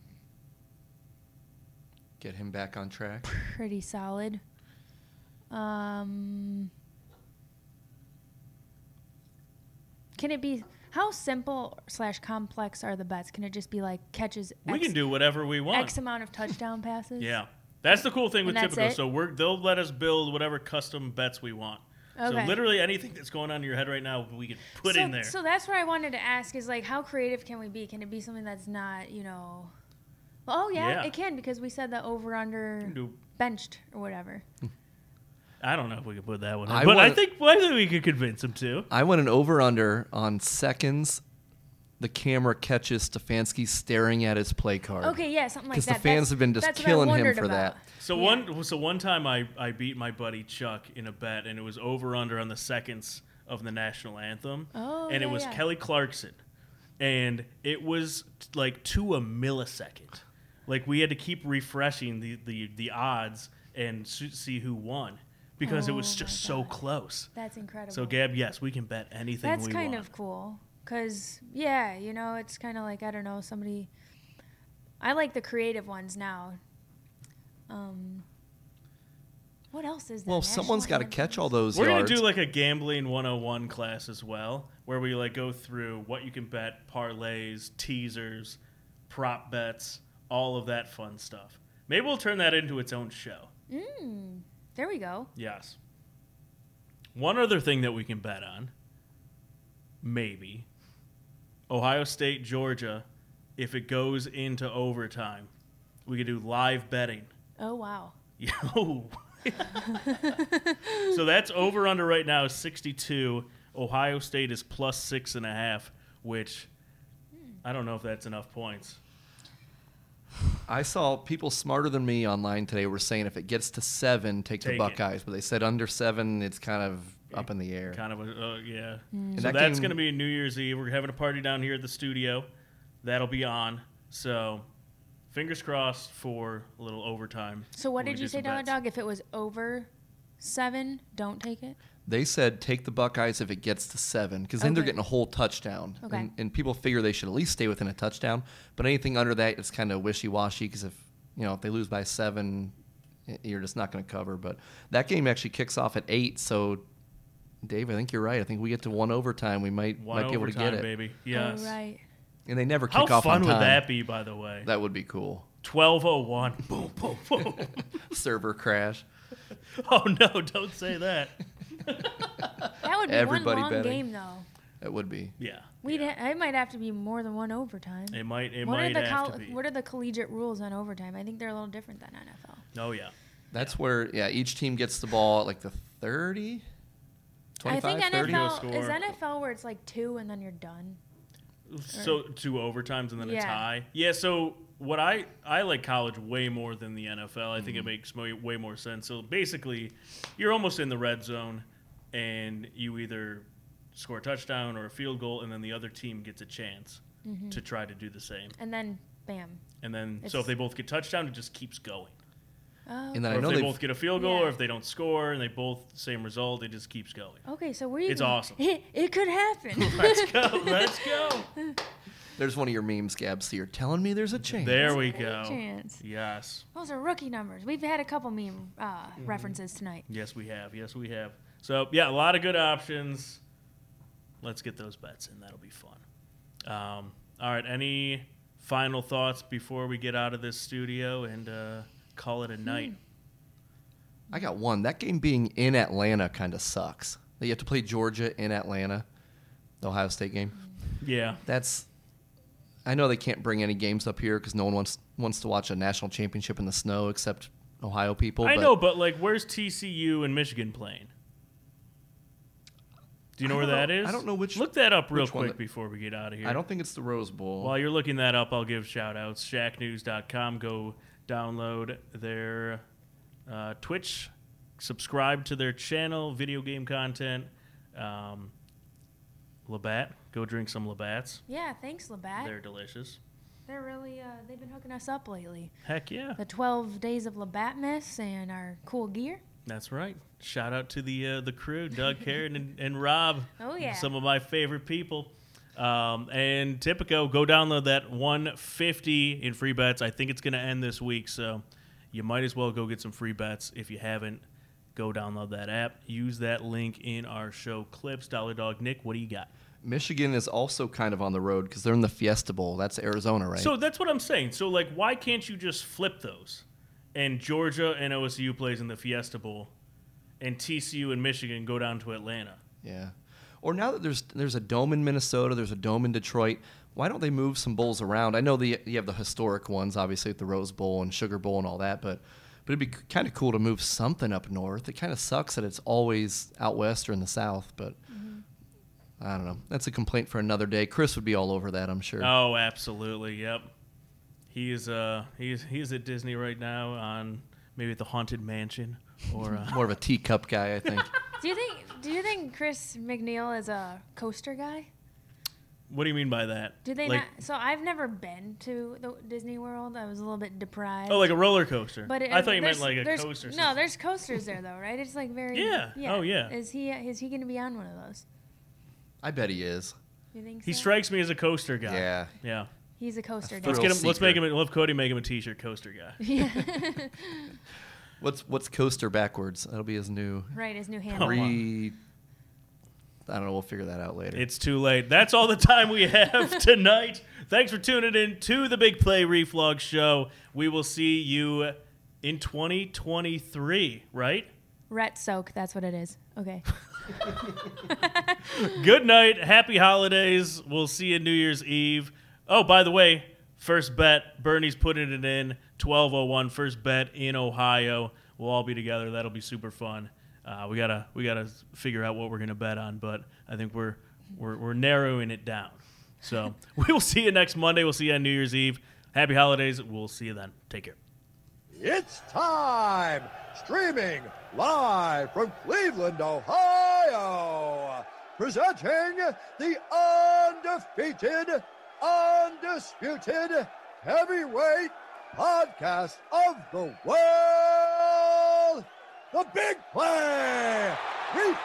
[SPEAKER 5] get him back on track.
[SPEAKER 4] pretty solid. Um, can it be how simple slash complex are the bets? Can it just be like catches?
[SPEAKER 3] We
[SPEAKER 4] X,
[SPEAKER 3] can do whatever we want.
[SPEAKER 4] X amount of touchdown passes.
[SPEAKER 3] yeah. That's the cool thing with
[SPEAKER 4] And that's
[SPEAKER 3] Typico.
[SPEAKER 4] it?
[SPEAKER 3] So we're they'll let us build whatever custom bets we want.
[SPEAKER 4] Okay.
[SPEAKER 3] So literally anything that's going on in your head right now, we can put
[SPEAKER 4] so,
[SPEAKER 3] in there.
[SPEAKER 4] So that's what I wanted to ask is like, how creative can we be? Can it be something that's not, you know? Oh yeah,
[SPEAKER 3] Yeah.
[SPEAKER 4] it can because we said the over under
[SPEAKER 3] Do-
[SPEAKER 4] benched or whatever.
[SPEAKER 3] I don't know if we can put that one, in,
[SPEAKER 5] I
[SPEAKER 3] but I
[SPEAKER 5] wanna-
[SPEAKER 3] think I think we could convince him to.
[SPEAKER 5] I went an over under on seconds. The camera catches Stefanski staring at his play card.
[SPEAKER 4] Okay, yeah, something like that.
[SPEAKER 5] Because the fans
[SPEAKER 4] That's-
[SPEAKER 5] have been just
[SPEAKER 4] that's what I
[SPEAKER 5] killing him
[SPEAKER 4] wondered
[SPEAKER 5] for
[SPEAKER 4] about.
[SPEAKER 5] that.
[SPEAKER 3] So one so one time I, I beat my buddy Chuck in a bet and it was over under on the seconds of the national anthem.
[SPEAKER 4] Oh,
[SPEAKER 3] and it
[SPEAKER 4] yeah,
[SPEAKER 3] was
[SPEAKER 4] yeah.
[SPEAKER 3] Kelly Clarkson. And it was t- like to a millisecond. Like we had to keep refreshing the the, the odds and s- see who won because it
[SPEAKER 4] Oh
[SPEAKER 3] was
[SPEAKER 4] my
[SPEAKER 3] just so
[SPEAKER 4] God.
[SPEAKER 3] close.
[SPEAKER 4] That's incredible.
[SPEAKER 3] So Gab, yes, we can bet anything
[SPEAKER 4] that's
[SPEAKER 3] we
[SPEAKER 4] kind
[SPEAKER 3] want.
[SPEAKER 4] of cool because yeah you know it's kind of like i don't know somebody i like the creative ones now um what else is there
[SPEAKER 5] Well, if someone's got to catch all those
[SPEAKER 3] We're
[SPEAKER 5] yards.
[SPEAKER 3] gonna do like a gambling 101 class as well, where we like go through what you can bet, parlays, teasers, prop bets, all of that fun stuff. Maybe we'll turn that into its own show.
[SPEAKER 4] mm, there we go
[SPEAKER 3] Yes. One other thing that we can bet on, maybe, Ohio State Georgia, if it goes into overtime, we could do live betting.
[SPEAKER 4] oh wow
[SPEAKER 3] Yo. so that's over under right now is 62. Ohio State is plus six and a half, which I don't know if that's enough points.
[SPEAKER 5] I saw people smarter than me online today were saying if it gets to seven, take,
[SPEAKER 3] Take it.
[SPEAKER 5] the Buckeyes. But they said under seven, it's kind of up in the air.
[SPEAKER 3] Kind of, a, uh, yeah.
[SPEAKER 5] Mm. And
[SPEAKER 3] So
[SPEAKER 5] that
[SPEAKER 3] that's
[SPEAKER 5] game-
[SPEAKER 3] going to be New Year's Eve. We're having a party down here at the studio. That'll be on. So fingers crossed for a little overtime.
[SPEAKER 4] so
[SPEAKER 3] when
[SPEAKER 4] what
[SPEAKER 3] we
[SPEAKER 4] did
[SPEAKER 3] do
[SPEAKER 4] you say
[SPEAKER 3] some
[SPEAKER 4] dollar
[SPEAKER 3] bets.
[SPEAKER 4] dog if it was over seven don't take it
[SPEAKER 5] They said take the Buckeyes if it gets to seven, because then they're
[SPEAKER 4] Okay.
[SPEAKER 5] getting a whole touchdown.
[SPEAKER 4] Okay.
[SPEAKER 5] And, and people figure they should at least stay within a touchdown. But anything under that, it's kind of wishy washy, because if you know if they lose by seven, y- you're just not going to cover. But that game actually kicks off at eight, so. Dave, I think you're right. I think we get to one overtime. We might
[SPEAKER 3] One
[SPEAKER 5] might be able to
[SPEAKER 3] overtime,
[SPEAKER 5] get it,
[SPEAKER 3] baby. Yes.
[SPEAKER 4] oh, right
[SPEAKER 5] and they never kick
[SPEAKER 3] How
[SPEAKER 5] off on
[SPEAKER 3] fun
[SPEAKER 5] time.
[SPEAKER 3] would that be, by the way?
[SPEAKER 5] That would be cool.
[SPEAKER 3] 1201. Boom, boom, boom.
[SPEAKER 5] Server crash.
[SPEAKER 3] oh, no, don't say that.
[SPEAKER 4] that would be one
[SPEAKER 5] Everybody
[SPEAKER 4] long
[SPEAKER 5] betting.
[SPEAKER 4] game though
[SPEAKER 5] That would be.
[SPEAKER 3] Yeah.
[SPEAKER 4] we would ha- it might have to be more than one overtime
[SPEAKER 3] It might. It
[SPEAKER 4] what
[SPEAKER 3] might
[SPEAKER 4] are the
[SPEAKER 3] have
[SPEAKER 4] col-
[SPEAKER 3] to be.
[SPEAKER 4] what are the collegiate rules on overtime i think they're a little different than nfl
[SPEAKER 3] oh yeah.
[SPEAKER 5] That's where yeah, each team gets the ball at like the 30
[SPEAKER 4] I
[SPEAKER 5] 25
[SPEAKER 4] think
[SPEAKER 5] 30.
[SPEAKER 4] NFL
[SPEAKER 3] Score.
[SPEAKER 4] is NFL where it's like two and then you're done.
[SPEAKER 3] So two overtimes and then a
[SPEAKER 4] Yeah.
[SPEAKER 3] tie. Yeah. So what I I like college way more than the NFL. I
[SPEAKER 4] Mm-hmm.
[SPEAKER 3] think it makes mo- way more sense. So basically, you're almost in the red zone, and you either score a touchdown or a field goal, and then the other team gets a chance to try to do the same.
[SPEAKER 4] And then bam.
[SPEAKER 3] And then so
[SPEAKER 4] Mm-hmm. It's-
[SPEAKER 3] if they both get touchdown, it just keeps going.
[SPEAKER 4] Oh,
[SPEAKER 5] And then
[SPEAKER 3] Or
[SPEAKER 5] I
[SPEAKER 3] if
[SPEAKER 5] know
[SPEAKER 3] they
[SPEAKER 5] they've-
[SPEAKER 3] both get a field goal,
[SPEAKER 4] Yeah.
[SPEAKER 3] or if they don't score and they both same result, it just keeps going.
[SPEAKER 4] Oh, okay, so we're
[SPEAKER 3] It's
[SPEAKER 4] even-
[SPEAKER 3] awesome.
[SPEAKER 4] It, it could happen.
[SPEAKER 3] Let's go. Let's go.
[SPEAKER 5] There's one of your memes, Gab. So you're telling me there's a chance.
[SPEAKER 3] There we
[SPEAKER 4] There's a
[SPEAKER 3] go.
[SPEAKER 4] chance.
[SPEAKER 3] Yes.
[SPEAKER 4] Those are rookie numbers. We've had a couple meme uh,
[SPEAKER 3] Mm-hmm.
[SPEAKER 4] references tonight.
[SPEAKER 3] Yes, we have. Yes, we have. So yeah, a lot of good options. Let's get those bets in. That'll be fun. Um, all right. Any final thoughts before we get out of this studio and uh, call it
[SPEAKER 5] Hmm.
[SPEAKER 3] a night?
[SPEAKER 5] I got one. That game being in Atlanta kind of sucks. That you have to play Georgia in Atlanta, the Ohio State game.
[SPEAKER 3] Yeah.
[SPEAKER 5] That's I know they can't bring any games up here cuz no one wants wants to watch a national championship in the snow except Ohio people.
[SPEAKER 3] I
[SPEAKER 5] but
[SPEAKER 3] know, but like, where's TCU and Michigan playing? Do you know
[SPEAKER 5] I
[SPEAKER 3] where
[SPEAKER 5] don't
[SPEAKER 3] that
[SPEAKER 5] know-
[SPEAKER 3] is?
[SPEAKER 5] I don't know which-
[SPEAKER 3] Look that up real
[SPEAKER 5] which one
[SPEAKER 3] quick
[SPEAKER 5] that-
[SPEAKER 3] before we get out of here.
[SPEAKER 5] I don't think it's the Rose Bowl.
[SPEAKER 3] While you're looking that up, I'll give shout outs. ShackNews.com. Go download their uh, Twitch, subscribe to their channel, video game content. Um, Labatt. Go drink some Labats.
[SPEAKER 4] Yeah, thanks, Labatt.
[SPEAKER 3] They're
[SPEAKER 4] They're,
[SPEAKER 3] delicious.
[SPEAKER 4] really uh, they've been hooking us up lately.
[SPEAKER 3] Heck yeah.
[SPEAKER 4] The 12 days of Labatt Miss and our cool gear.
[SPEAKER 3] That's right. Shout out to the uh, the crew, Doug, Karen, and, and Rob.
[SPEAKER 4] Oh, yeah.
[SPEAKER 3] some of my favorite people. Um, and Typico, go download that 150 in free bets. I think it's going to end this week, so you might as well go get some free bets if you haven't. Go download that app. Use that link in our show clips. Dollar Dog Nick, what do you got?
[SPEAKER 5] Michigan is also kind of on the road cuz they're in the Fiesta Bowl. That's Arizona, right?
[SPEAKER 3] So that's what I'm saying. So like, why can't you just flip those? and Georgia and OSU plays in the Fiesta Bowl, and TCU and Michigan go down to Atlanta.
[SPEAKER 5] Yeah. Or now that there's there's a dome in Minnesota, there's a dome in Detroit. Why don't they move some bowls around? I know the you have the historic ones, obviously with the Rose Bowl and Sugar Bowl and all that, but but it'd be kind of cool to move something up north. It kind of sucks that it's always out west or in the south, but I don't know. That's a complaint for another day. Chris would be all over that, I'm sure.
[SPEAKER 3] Oh, absolutely. Yep. He's uh he's he's at Disney right now on maybe at the Haunted Mansion or uh,
[SPEAKER 5] More of a teacup guy, I think.
[SPEAKER 4] Do you think? Do you think Chris McNeil is a coaster guy?
[SPEAKER 3] what do you mean by that?
[SPEAKER 4] Do they
[SPEAKER 3] like,
[SPEAKER 4] not? So I've never been to the Disney World. I was a little bit deprived.
[SPEAKER 3] Oh, like a roller coaster.
[SPEAKER 4] But it,
[SPEAKER 3] I thought you meant
[SPEAKER 4] there's-
[SPEAKER 3] like a
[SPEAKER 4] there's-
[SPEAKER 3] coaster.
[SPEAKER 4] No,
[SPEAKER 3] system.
[SPEAKER 4] there's coasters there though, right? It's like very.
[SPEAKER 3] Yeah. Oh, yeah.
[SPEAKER 4] Is he? Is he going to be on one of those?
[SPEAKER 5] I bet he is.
[SPEAKER 4] You think
[SPEAKER 3] he
[SPEAKER 4] so?
[SPEAKER 3] strikes me as a coaster guy.
[SPEAKER 5] Yeah.
[SPEAKER 3] Yeah.
[SPEAKER 4] He's a coaster guy.
[SPEAKER 3] Let's
[SPEAKER 5] Thrill
[SPEAKER 3] get him. Let's make him.
[SPEAKER 5] seeker.
[SPEAKER 3] A, let Cody make him a T-shirt coaster guy.
[SPEAKER 4] yeah.
[SPEAKER 5] What's what's coaster backwards? That'll be his new
[SPEAKER 4] right. His new
[SPEAKER 3] Oh,
[SPEAKER 4] handle.
[SPEAKER 3] wow.
[SPEAKER 5] re. I don't know. We'll figure that out later.
[SPEAKER 3] It's too late. That's all the time we have tonight. Thanks for tuning in to the Big Play Reflog Show. We will see you in 2023. Right.
[SPEAKER 4] Ret soak. That's what it is. Okay.
[SPEAKER 3] Good night. Happy holidays. We'll see you New Year's Eve. Oh, by the way, first bet. Bernie's putting it in. 1201 first bet in Ohio. We'll all be together. That'll be super fun. Uh, we gotta we gotta figure out what we're gonna bet on, but I think we're we're, we're narrowing it down. So we will see you next Monday. We'll see you on New Year's Eve. Happy holidays. We'll see you then. Take care.
[SPEAKER 1] It's time! Streaming live from Cleveland, Ohio! Presenting the undefeated, undisputed heavyweight podcast of the world, The Big Play! Reflog